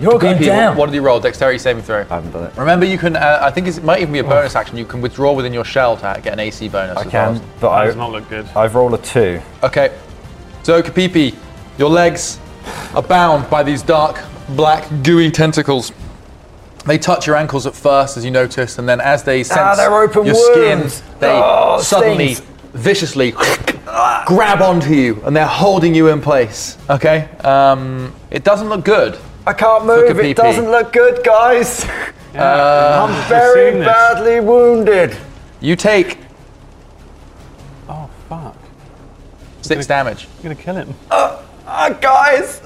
Speaker 2: You're all going
Speaker 1: BP,
Speaker 2: down.
Speaker 1: What did he roll? Dexterity saving throw. I
Speaker 7: haven't done it.
Speaker 1: Remember, you can. Uh, I think it's, it might even be a bonus action. You can withdraw within your shell to get an AC bonus.
Speaker 7: I
Speaker 1: as
Speaker 7: can,
Speaker 1: well.
Speaker 7: but
Speaker 5: That does
Speaker 7: I,
Speaker 5: not look good.
Speaker 7: I've rolled a two.
Speaker 1: Okay. So Kapipi, your legs are bound by these dark, black, gooey tentacles. They touch your ankles at first, as you notice,
Speaker 4: Ah,
Speaker 1: and then as they sense
Speaker 7: they're open
Speaker 1: your
Speaker 7: wounds.
Speaker 1: skin, they
Speaker 7: Oh,
Speaker 1: suddenly
Speaker 7: stings.
Speaker 4: [laughs]
Speaker 1: viciously grab onto you and they're holding you in place. Okay? Um, it doesn't look good.
Speaker 4: I can't
Speaker 1: Look at
Speaker 4: move.
Speaker 1: PP.
Speaker 4: It doesn't look good, guys.
Speaker 5: I'm
Speaker 4: Very badly wounded.
Speaker 1: You take
Speaker 5: Oh fuck! I'm
Speaker 1: six damage.
Speaker 5: gonna kill him.
Speaker 4: Uh, guys,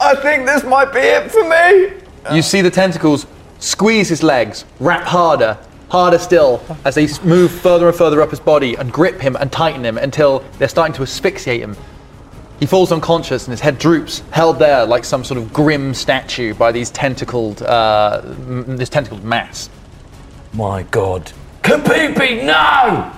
Speaker 4: I think this might be it for me.
Speaker 1: You see the tentacles squeeze his legs, wrap harder, harder still, as they s- move further and further up his body and grip him and tighten him until they're starting to asphyxiate him. He falls unconscious and his head droops, held there like some sort of grim statue by these tentacled, uh, m- this tentacled mass.
Speaker 2: My God. Kapoopy, no!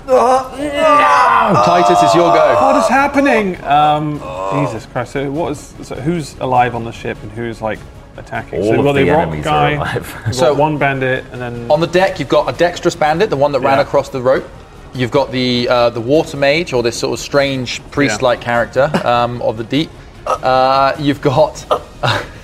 Speaker 1: Titus, it's your go.
Speaker 5: What is happening? Um, Jesus Christ! So what is? So who's alive on the ship and who's like attacking?
Speaker 2: All
Speaker 5: so
Speaker 2: of
Speaker 5: well,
Speaker 2: the
Speaker 5: rock
Speaker 2: enemies are
Speaker 5: guy,
Speaker 2: alive.
Speaker 5: So
Speaker 1: So- Oh.
Speaker 5: one bandit and then
Speaker 1: On the deck, you've got a dexterous bandit, the one that ran
Speaker 5: Yeah.
Speaker 1: across the rope. You've got the uh, the water mage, or this sort of strange priest-like character um, of the deep. Uh, you've got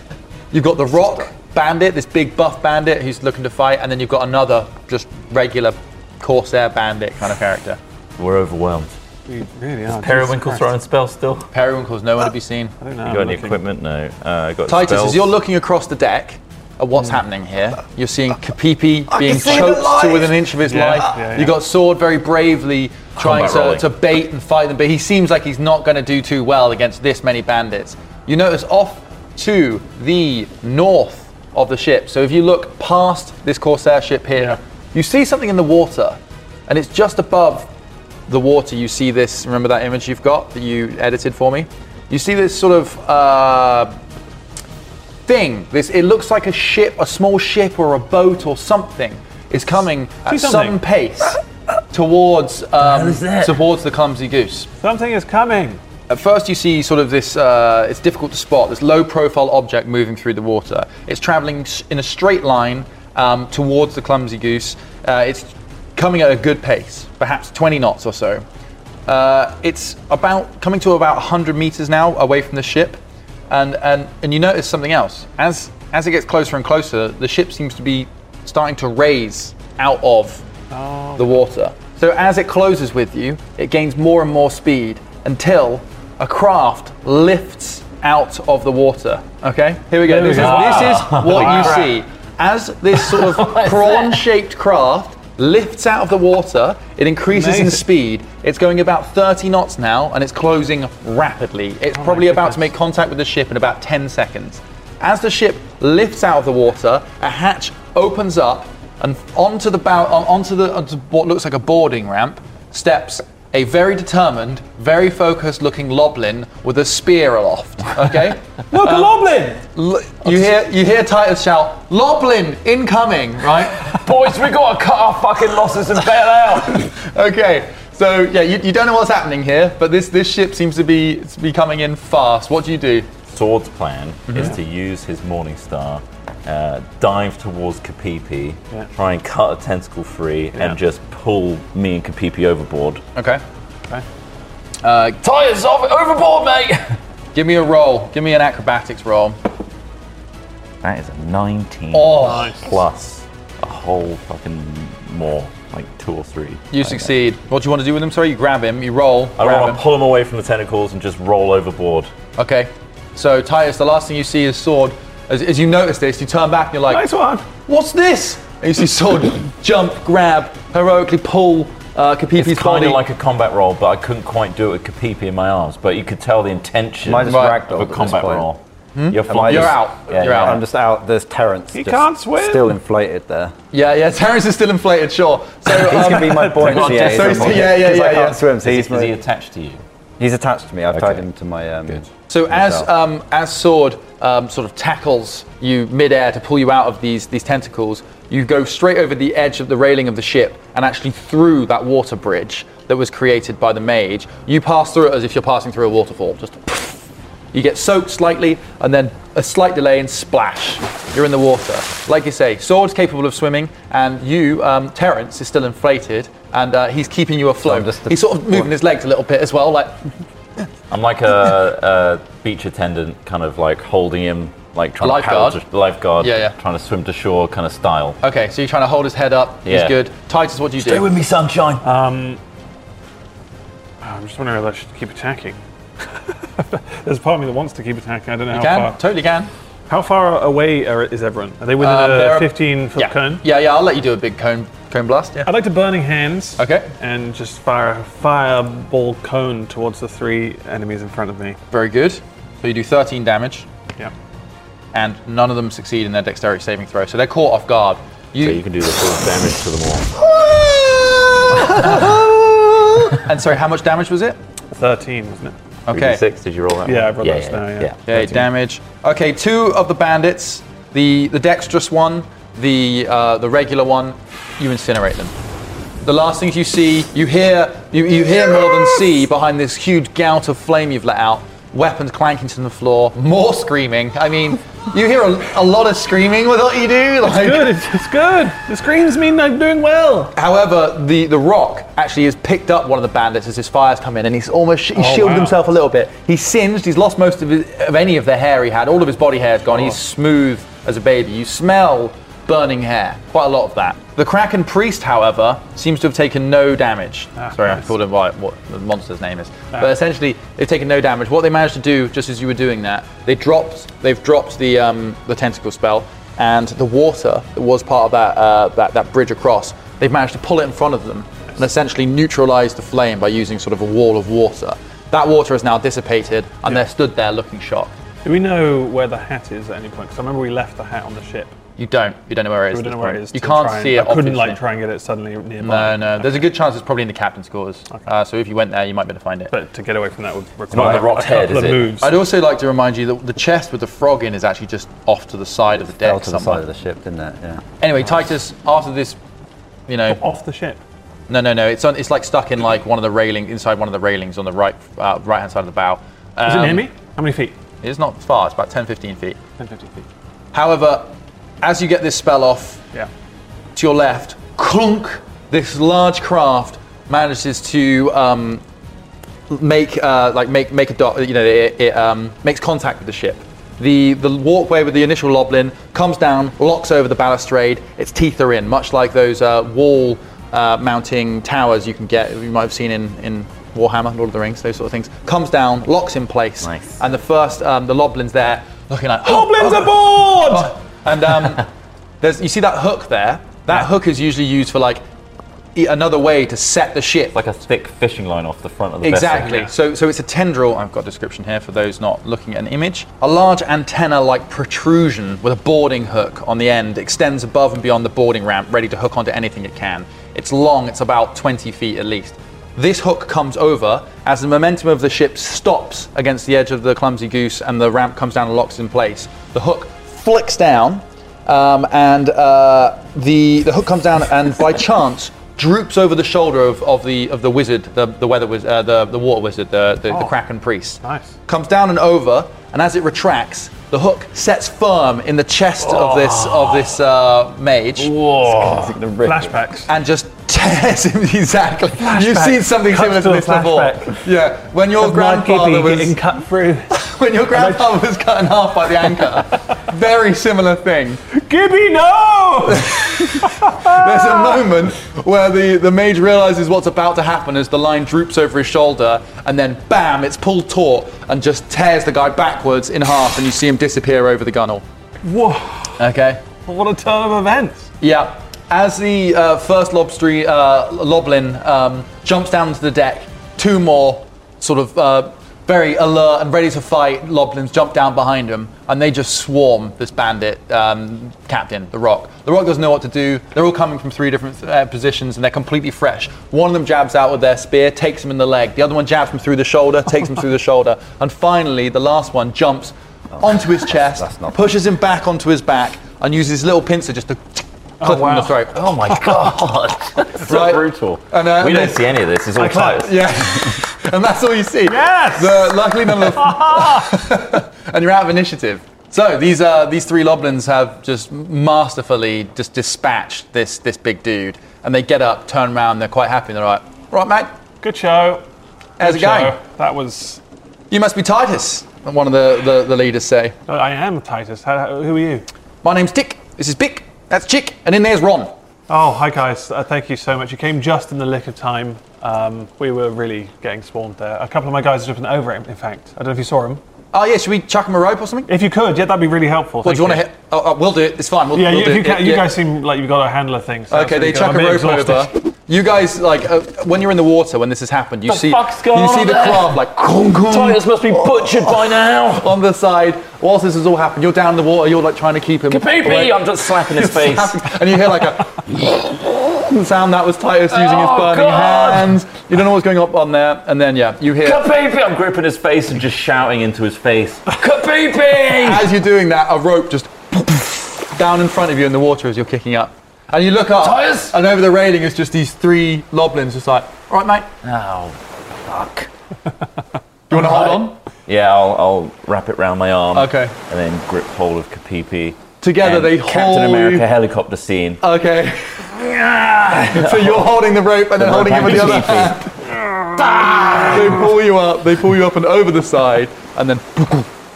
Speaker 1: [laughs] you've got the rock bandit, this big buff bandit who's looking to fight, and then you've got another just regular corsair bandit kind of character.
Speaker 2: We're overwhelmed.
Speaker 5: we really are. Jesus
Speaker 2: Periwinkle
Speaker 5: Christ.
Speaker 2: throwing spells still? You
Speaker 1: Periwinkle's nowhere to be seen.
Speaker 5: I don't know.
Speaker 2: got
Speaker 5: I'm
Speaker 2: any
Speaker 5: looking.
Speaker 2: equipment? No. Uh, I got
Speaker 1: Titus,
Speaker 2: spells.
Speaker 1: as you're looking across the deck at what's happening here, you're seeing Kapipi being
Speaker 4: Hmm. see the
Speaker 1: choked to
Speaker 4: light.
Speaker 1: within an inch of his
Speaker 5: Yeah,
Speaker 1: life.
Speaker 5: yeah, yeah.
Speaker 1: You got Sword very bravely trying
Speaker 2: Combat
Speaker 1: to,
Speaker 2: rolling.
Speaker 1: to bait and fight them, but he seems like he's not going to do too well against this many bandits. You notice off to the north of the ship, so if you look past this Corsair ship here, you see something in the water, and it's just above the water, you see this. Remember that image you've got that you edited for me? You see this sort of uh, thing. This it looks like a ship, a small ship or a boat or something is coming at some
Speaker 5: something.
Speaker 1: pace towards um,
Speaker 2: is that?
Speaker 1: towards the clumsy goose.
Speaker 5: Something is coming.
Speaker 1: At first, you see sort of this, uh, it's difficult to spot, this low profile object moving through the water. It's traveling s- in a straight line um, towards the clumsy goose. Uh, it's coming at a good pace, perhaps 20 knots or so. Uh, it's about coming to about 100 meters now away from the ship, and, and, and you notice something else. As, as it gets closer and closer, the ship seems to be starting to raise out of the water. So as it closes with you, it gains more and more speed until a craft lifts out of the water. Okay, here we go. This,
Speaker 5: go.
Speaker 1: Is, this is what you see. As this sort of prawn shaped craft lifts out of the water, it increases in
Speaker 5: Amazing.
Speaker 1: speed. It's going about 30 knots now and it's closing rapidly. It's probably about to make contact with the ship in about 10 seconds. As the ship lifts out of the water, a hatch opens up and onto the bow, on- onto the onto what looks like a boarding ramp steps a very determined, very focused looking loblin with a spear aloft. Okay?
Speaker 5: Look,
Speaker 2: Uh-huh.
Speaker 5: a goblin!
Speaker 1: L- you hear you hear Titus shout, Loblin incoming, right?
Speaker 3: [laughs] Boys, we gotta cut our fucking losses and bail
Speaker 1: [laughs]
Speaker 3: out.
Speaker 1: okay. So yeah, you, you don't know what's happening here, but this, this ship seems to be to be coming in fast. What do you do?
Speaker 2: Sword's plan is to use his Morning Star, uh, dive towards Kapipi,
Speaker 5: Yeah.
Speaker 2: try and cut a tentacle free,
Speaker 5: Yeah.
Speaker 2: and just pull me and Kapipi overboard.
Speaker 1: Okay. Uh,
Speaker 3: Tires off overboard, mate.
Speaker 1: [laughs] Give me a roll. Give me an acrobatics roll.
Speaker 2: That is a 19
Speaker 1: Oh,
Speaker 2: plus a whole fucking more, like two or three.
Speaker 1: you
Speaker 2: like that.
Speaker 1: succeed. What do you want to do with him? Sorry, you grab him. You roll.
Speaker 2: I
Speaker 1: grab
Speaker 2: want
Speaker 1: him.
Speaker 2: to pull him away from the tentacles and just roll overboard.
Speaker 1: Okay. So Titus, the last thing you see is sword. As, as you notice this, you turn back and you're like,
Speaker 5: Nice one. Oh,
Speaker 1: "What's this?" And you see sword jump, grab, heroically pull uh, Kapipi's
Speaker 2: It's kind
Speaker 1: body.
Speaker 2: of like a combat roll, but I couldn't quite do it with Kapipi in my arms. But you could tell the
Speaker 7: Am
Speaker 2: intention
Speaker 7: I just
Speaker 1: Right.
Speaker 7: ragdolled
Speaker 2: of
Speaker 7: at
Speaker 2: a
Speaker 7: this
Speaker 2: combat
Speaker 7: point?
Speaker 2: roll. You're,
Speaker 7: just-
Speaker 1: Hmm?
Speaker 2: flying.
Speaker 1: You're out. You're
Speaker 2: yeah.
Speaker 1: out.
Speaker 7: I'm just out. There's Terrence.
Speaker 5: He
Speaker 7: just
Speaker 5: can't swim.
Speaker 7: Still inflated there.
Speaker 1: Yeah, yeah. Terrence is still inflated, sure. So
Speaker 7: [laughs] He's
Speaker 1: um,
Speaker 7: gonna be
Speaker 1: [laughs]
Speaker 7: my buoyancy
Speaker 1: just-
Speaker 7: aid.
Speaker 1: so
Speaker 7: at
Speaker 1: he's-
Speaker 7: the moment,
Speaker 1: yeah, yeah,
Speaker 7: 'cause
Speaker 1: yeah,
Speaker 7: I
Speaker 1: yeah.
Speaker 7: can't swim, so
Speaker 2: Is
Speaker 7: he's,
Speaker 2: he, is he
Speaker 7: my,
Speaker 2: attached to you?
Speaker 7: he's attached to me. I've tied
Speaker 2: Okay.
Speaker 7: him to my. Um,
Speaker 1: So as
Speaker 7: Myself.
Speaker 1: um, as sword um, sort of tackles you midair to pull you out of these these tentacles, you go straight over the edge of the railing of the ship and actually through that water bridge that was created by the mage. You pass through it as if you're passing through a waterfall. Just you get soaked slightly, and then a slight delay and splash, you're in the water. Like you say, sword's capable of swimming, and you, um, Terence, is still inflated, and uh, he's keeping you afloat.
Speaker 7: I'm just-
Speaker 1: he's sort of moving his legs a little bit as well, like
Speaker 2: I'm like a, [laughs] a beach attendant, kind of like holding him, like trying
Speaker 1: Lifeguard?
Speaker 2: to paddle to lifeguard,
Speaker 1: Yeah, yeah.
Speaker 2: trying to swim to shore, kind of style.
Speaker 1: Okay, so you're trying to hold his head up.
Speaker 2: Yeah.
Speaker 1: He's good. Titus, what do you do?
Speaker 2: me, sunshine.
Speaker 5: Um, I'm just wondering whether I should keep attacking. [laughs] There's part of me that wants to keep attacking. I don't know
Speaker 1: You
Speaker 5: how
Speaker 1: can,
Speaker 5: far.
Speaker 1: totally can.
Speaker 5: How far away are, is everyone? Are they within
Speaker 1: Um,
Speaker 5: a
Speaker 1: they're-
Speaker 5: 15 foot
Speaker 1: yeah.
Speaker 5: cone?
Speaker 1: Yeah, yeah, I'll let you do a big cone cone blast. Yeah.
Speaker 5: I'd like to burning hands.
Speaker 1: Okay.
Speaker 5: And just fire a fireball cone towards the three enemies in front of me.
Speaker 1: Very good. So you do 13 damage,
Speaker 5: Yeah.
Speaker 1: and none of them succeed in their dexterity saving throw, so they're caught off guard. You,
Speaker 2: So you can do the full damage to them all.
Speaker 1: [laughs] and sorry, how much damage was it?
Speaker 5: 13, wasn't it?
Speaker 1: Okay.
Speaker 2: 3d6, did you roll that?
Speaker 5: Yeah,
Speaker 2: one?
Speaker 5: I rolled those now, yeah.
Speaker 1: Okay, damage. Okay, two of the bandits, the the dexterous one, the uh, the regular one, you incinerate them. The last things you see, you hear, you, you hear more than see behind this huge gout of flame you've let out. Weapons clanking to the floor, more screaming. I mean, you hear a, a lot of screaming with what you do. Like,
Speaker 5: Good, it's, it's good. The screams mean I'm doing well.
Speaker 1: However, the, the rock actually has picked up one of the bandits as his fires come in, and he's almost sh- he's shielded
Speaker 5: Oh, wow.
Speaker 1: himself a little bit. He's singed. He's lost most of, his, of any of the hair he had. All of his body hair is gone.
Speaker 5: Oh.
Speaker 1: He's smooth as a baby. You smell burning hair. Quite a lot of that. The Kraken priest, however, seems to have taken no damage. Sorry, I
Speaker 5: Ah, nice.
Speaker 1: called him by what the monster's name is.
Speaker 5: Ah.
Speaker 1: But essentially, they've taken no damage. What they managed to do, just as you were doing that, they dropped. They've dropped the um, the tentacle spell, and the water that was part of that uh, that that bridge across. They've managed to pull it in front of them and essentially neutralize the flame by using sort of a wall of water. That water is now dissipated, and they're stood there looking shocked.
Speaker 5: Do we know where the hat is at any point? Because I remember we left the hat on the ship.
Speaker 1: You don't. You don't know where it is.
Speaker 5: We
Speaker 1: at
Speaker 5: don't know
Speaker 1: this
Speaker 5: where
Speaker 1: point.
Speaker 5: it is.
Speaker 1: You
Speaker 5: to
Speaker 1: can't
Speaker 5: try and-
Speaker 1: see it.
Speaker 5: I couldn't
Speaker 1: obviously.
Speaker 5: like try and get it suddenly
Speaker 1: No,
Speaker 5: nearby.
Speaker 1: no. There's a good chance it's probably in the captain's quarters. Uh, so if you went there, you might be able to find it.
Speaker 5: But to get away from that would
Speaker 2: not
Speaker 5: require
Speaker 2: on the rock's
Speaker 5: a couple
Speaker 2: head, is
Speaker 5: of
Speaker 2: it?
Speaker 5: moves.
Speaker 1: I'd also like to remind you that the chest with the frog in is actually just off to the side of the
Speaker 2: Fell
Speaker 1: deck
Speaker 2: to the
Speaker 1: somewhere.
Speaker 2: side of the ship, didn't it? Yeah.
Speaker 1: Anyway, Titus, after this, you know,
Speaker 5: Off the ship.
Speaker 1: no, no, no, it's on, it's like stuck in like one of the railing inside one of the railings on the right uh, right hand side of the bow.
Speaker 5: Is it near
Speaker 1: Um,
Speaker 5: me? How many feet?
Speaker 1: It's not far. It's about 10, 15 feet.
Speaker 5: 10, 15 feet.
Speaker 1: However, as you get this spell off,
Speaker 5: Yeah.
Speaker 1: to your left, clunk, this large craft manages to um, make uh, like make make a dot. You know, it, it um, makes contact with the ship. The the walkway with the initial loblin comes down, locks over the balustrade. Its teeth are in, much like those uh, wall uh, mounting towers you can get. You might have seen in in. Warhammer, Lord of the Rings, those sort of things. Comes down, locks in place,
Speaker 2: Nice.
Speaker 1: and the first, um, the Loblin's there, looking like
Speaker 5: Goblins
Speaker 1: oh,
Speaker 5: aboard!
Speaker 1: and um, there's, you see that hook there? That hook is usually used for like e- another way to set the ship.
Speaker 2: Like a thick fishing line off the front of the vessel.
Speaker 1: exactly. So, so it's a tendril. I've got a description here for those not looking at an image. A large antenna-like protrusion with a boarding hook on the end extends above and beyond the boarding ramp, ready to hook onto anything it can. It's long. It's about 20 feet at least. This hook comes over as the momentum of the ship stops against the edge of the clumsy goose, and the ramp comes down and locks in place. The hook flicks down, um, and uh, the the hook comes down and by chance droops over the shoulder of, of the of the wizard, the, the weather wizard, uh, the the water wizard, the the, the kraken priest.
Speaker 5: Oh. nice.
Speaker 1: Comes down and over, and as it retracts, the hook sets firm in the chest of this
Speaker 5: Oh.
Speaker 1: of this uh, mage.
Speaker 5: Flashbacks.
Speaker 1: And just [laughs] tears him exactly. You've seen something similar
Speaker 5: Cuts
Speaker 1: to
Speaker 5: to a
Speaker 1: this before.
Speaker 5: flashback.
Speaker 1: Yeah, when your grandfather was
Speaker 5: getting cut through.
Speaker 1: [laughs] when your grandfather was cut in half by the
Speaker 5: [laughs]
Speaker 1: anchor. Very similar thing.
Speaker 5: Gibby, no! [laughs]
Speaker 1: There's a moment where the, the mage realizes what's about to happen as the line droops over his shoulder, and then bam, it's pulled taut and just tears the guy backwards in half, and you see him disappear over the gunnel.
Speaker 5: Whoa!
Speaker 1: Okay.
Speaker 5: What a turn of events!
Speaker 1: Yeah. As the uh, first lobstery, uh, loblin um, jumps down to the deck, two more sort of uh, very alert and ready to fight loblins jump down behind him, and they just swarm this bandit um, captain, the Rock. The Rock doesn't know what to do. They're all coming from three different uh, positions, and they're completely fresh. One of them jabs out with their spear, takes him in the leg. The other one jabs him through the shoulder, takes him through
Speaker 7: [laughs]
Speaker 1: the shoulder, and finally, the last one jumps onto his chest,
Speaker 7: Oh, that's not-
Speaker 1: pushes him back onto his back, and uses his little pincer just to. Clip him in the throat.
Speaker 2: Oh my
Speaker 5: [laughs]
Speaker 2: god. That's so
Speaker 1: Right.
Speaker 2: brutal.
Speaker 1: And, uh,
Speaker 2: we don't
Speaker 1: this-
Speaker 2: see any of this. It's all close.
Speaker 1: Yeah. [laughs] and that's all you see.
Speaker 5: Yes!
Speaker 1: The, luckily, none of the.
Speaker 5: [laughs]
Speaker 1: [laughs] and you're out of initiative. So these uh, these three loblins have just masterfully just dispatched this this big dude, and they get up, turn around, they're quite happy. and They're like, "Right, mate,
Speaker 5: Good show.
Speaker 1: how's it
Speaker 5: Good
Speaker 1: going?
Speaker 5: show. That was.
Speaker 1: You must be Titus." One of the, the, the leaders say,
Speaker 5: I uh, am Titus. How, who are you?
Speaker 1: "My name's Dick. This is Bick. That's Chick, and in there's Ron."
Speaker 5: Oh, hi guys. Uh, thank you so much. You came just in the lick of time. Um, we were really getting swarmed there. A couple of my guys have been over him, in fact. I don't know if you saw him.
Speaker 1: Oh yeah, should we chuck him a rope or something?
Speaker 5: If you could, yeah, that'd be really helpful.
Speaker 1: Well,
Speaker 5: Thank
Speaker 1: do you want to hit? Oh, oh, we'll do it. It's fine. We'll,
Speaker 5: Yeah,
Speaker 1: we'll
Speaker 5: you,
Speaker 1: do
Speaker 5: if
Speaker 1: it.
Speaker 5: you, ca-
Speaker 1: Yeah,
Speaker 5: you
Speaker 1: yeah.
Speaker 5: guys seem like you've got a handle of things. so that's
Speaker 1: Okay,
Speaker 5: really
Speaker 1: they
Speaker 5: good.
Speaker 1: chuck
Speaker 5: I'm
Speaker 1: a
Speaker 5: bit
Speaker 1: rope
Speaker 5: exhausted.
Speaker 1: over. You guys, like, uh, when you're in the water, when this has happened, you see
Speaker 3: fuck's going
Speaker 1: you see
Speaker 3: on
Speaker 1: the
Speaker 3: there?
Speaker 1: crab like kong, kong,
Speaker 3: Tigers must be butchered by now.
Speaker 1: on the side. Whilst this has all happened, you're down in the water. You're like trying to keep him. away.
Speaker 3: Baby,
Speaker 2: I'm just slapping
Speaker 3: [laughs]
Speaker 1: [laughs]
Speaker 2: his face.
Speaker 1: and you hear like a [laughs] sound that was Titus using his
Speaker 3: Oh,
Speaker 1: burning
Speaker 3: God.
Speaker 1: hands. You don't know what's going up on there, and then yeah, you hear.
Speaker 3: baby, I'm
Speaker 2: Gripping his face and just shouting into his
Speaker 1: [laughs]
Speaker 2: face.
Speaker 3: baby.
Speaker 1: As you're doing that, a rope just [laughs] down in front of you in the water as you're kicking up. And you look up,
Speaker 3: Tyus?
Speaker 1: and over the railing is just these three loblins, just like, all right, mate.
Speaker 2: Oh, fuck.
Speaker 1: Do you want to hold on?
Speaker 2: Yeah, I'll, I'll wrap it round my arm.
Speaker 1: Okay.
Speaker 2: And then grip hold of Kapipi.
Speaker 1: Together
Speaker 2: and
Speaker 1: they
Speaker 2: Captain
Speaker 1: hold.
Speaker 2: America helicopter scene.
Speaker 1: Okay. [laughs] so you're holding the rope and then holding him with the other hand.
Speaker 2: Kapipi.
Speaker 1: They pull you up. They pull you up and over the side, and then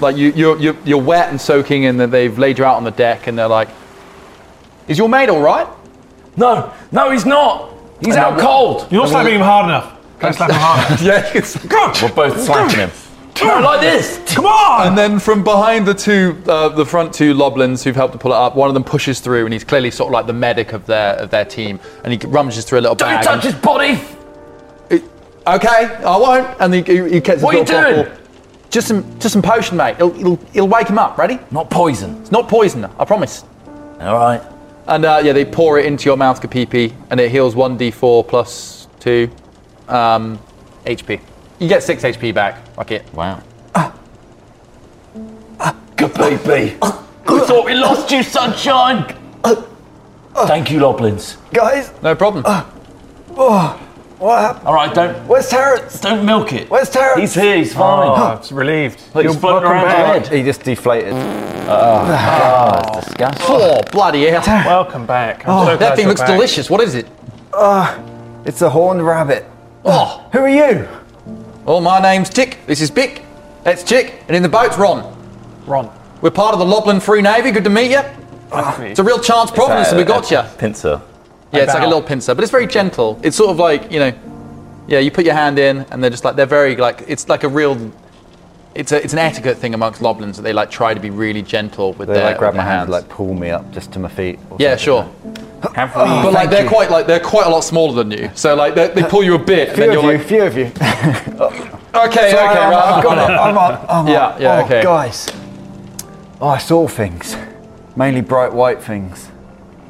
Speaker 1: like you, you're, you're you're wet and soaking, and then they've laid you out on the deck, and they're like, "Is your mate all [laughs] right?"
Speaker 3: No, no, he's not. He's out cold.
Speaker 5: You're not slapping him hard enough. Don't slap him
Speaker 1: [laughs]
Speaker 5: hard.
Speaker 1: Yeah. It's,
Speaker 2: We're both slapping him.
Speaker 3: No, like this.
Speaker 5: Come on!
Speaker 1: And then from behind the two, uh, the front two Loblins who've helped to pull it up, one of them pushes through, and he's clearly sort of like the medic of their of their team, and he rummages through a little
Speaker 3: Don't
Speaker 1: bag.
Speaker 3: touch his body.
Speaker 1: and, okay, I won't. And he, he, he gets his
Speaker 3: What are you
Speaker 1: little
Speaker 3: doing?
Speaker 1: bottle. Just some, just some potion, mate. It'll, it'll, it'll wake him up. Ready?
Speaker 2: Not poison.
Speaker 1: It's not poison, I promise.
Speaker 2: All right.
Speaker 1: And uh, yeah, they pour it into your mouth, Kapipi, and it heals 1d4 plus 2 um, HP. You get 6 HP back. Fuck it.
Speaker 2: Wow.
Speaker 3: Baby. We thought we lost you, sunshine.
Speaker 2: Thank you, Loblins.
Speaker 4: Guys,
Speaker 1: No problem.
Speaker 5: Uh,
Speaker 4: what happened?
Speaker 3: All right, don't
Speaker 4: Where's Terrence?
Speaker 3: don't milk it.
Speaker 4: Where's Terrence?
Speaker 2: He's here. He's fine.
Speaker 5: Oh, it's relieved.
Speaker 2: He's floating around your head.
Speaker 7: He just deflated.
Speaker 2: Ah, Disgusting.
Speaker 1: Oh, bloody hell.
Speaker 5: Welcome back.
Speaker 3: Oh,
Speaker 5: I'm so glad
Speaker 1: that thing
Speaker 5: you're
Speaker 1: looks
Speaker 5: back.
Speaker 1: delicious. What is it?
Speaker 7: It's a horned rabbit.
Speaker 1: Oh,
Speaker 7: Who are you?
Speaker 1: oh, my name's Tick. This is Bick. That's Chick. And in the boat's Ron.
Speaker 5: Ron,
Speaker 1: We're part of the Loblin Free Navy. Good to meet you.
Speaker 5: nice to meet you.
Speaker 1: It's a real chance providence that we got you.
Speaker 2: Uh, Pincer.
Speaker 1: Yeah, it's like a
Speaker 5: bow.
Speaker 1: little pincer, but it's very gentle. It's sort of like you know, yeah, you put your hand in, and they're just like they're very like it's like a real, it's a it's an etiquette thing amongst loblins that they like try to be really gentle with
Speaker 7: They
Speaker 1: their
Speaker 7: like grab
Speaker 1: with
Speaker 7: my
Speaker 1: their
Speaker 7: hand,
Speaker 1: hands.
Speaker 7: like pull me up just to my feet. or
Speaker 1: yeah,
Speaker 7: something.
Speaker 1: sure,
Speaker 2: Have we?
Speaker 7: Oh,
Speaker 1: but like they're quite like they're quite a lot smaller than you. So like they, they pull you a bit, and
Speaker 7: Few
Speaker 1: then
Speaker 7: of
Speaker 1: you're
Speaker 7: you,
Speaker 1: like,
Speaker 7: few of you.
Speaker 1: okay, okay,
Speaker 7: Sorry, I'm, [laughs]
Speaker 1: right,
Speaker 7: I've got it. I'm on. I'm
Speaker 1: Yeah,
Speaker 7: on.
Speaker 1: yeah,
Speaker 7: oh,
Speaker 1: okay.
Speaker 7: Guys, oh, I saw things, mainly bright white things,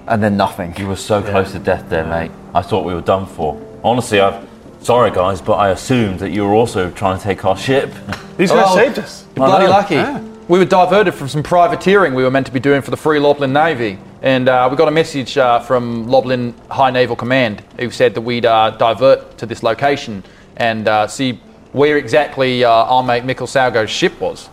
Speaker 7: and then nothing.
Speaker 2: You were so close to death there, mate. I thought we were done for. Honestly, I've. Sorry, guys, but I assumed that you were also trying to take our ship.
Speaker 5: These guys
Speaker 1: Oh.
Speaker 5: saved us.
Speaker 1: You're bloody
Speaker 2: know.
Speaker 1: lucky. We were diverted from some privateering we were meant to be doing for the Free Loblin Navy. And uh, we got a message uh, from Loblin High Naval Command who said that we'd uh, divert to this location and uh, see where exactly uh, our mate Mikkel Saugo's ship was.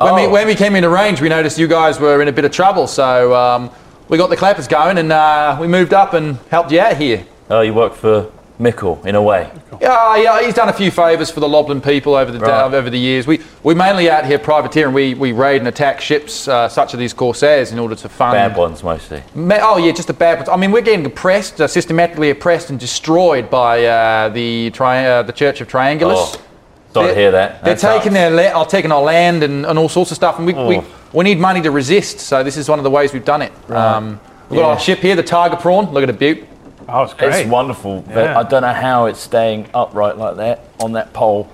Speaker 1: When, we,
Speaker 2: Oh.
Speaker 1: when we came into range, we noticed you guys were in a bit of trouble, so um, we got the clappers going and uh, we moved up and helped you out here.
Speaker 2: Oh, you work for Mickle, in a way.
Speaker 1: Yeah, yeah, he's done a few favours for the Loblin people over the
Speaker 2: Right.
Speaker 1: over the years. We we mainly out here privateering. We we raid and attack ships uh, such as these corsairs in order to fund.
Speaker 2: Bad ones, mostly.
Speaker 1: Ma- oh yeah, just the bad ones. I mean, we're getting oppressed, uh, systematically oppressed and destroyed by uh, the tri- uh, the Church of Triangulus.
Speaker 2: Oh, sorry to
Speaker 1: They-
Speaker 2: hear that.
Speaker 1: They're
Speaker 2: That
Speaker 1: taking
Speaker 2: sucks.
Speaker 1: their la- are taking our land and, and all sorts of stuff, and we, we,
Speaker 2: Oh.
Speaker 1: we need money to resist. So this is one of the ways we've done it. Um, we've got our ship here, the Targa Prawn. Look at it, beaut.
Speaker 5: Oh, it's great.
Speaker 2: It's wonderful, but
Speaker 5: Yeah.
Speaker 2: I don't know how it's staying upright like that on that pole.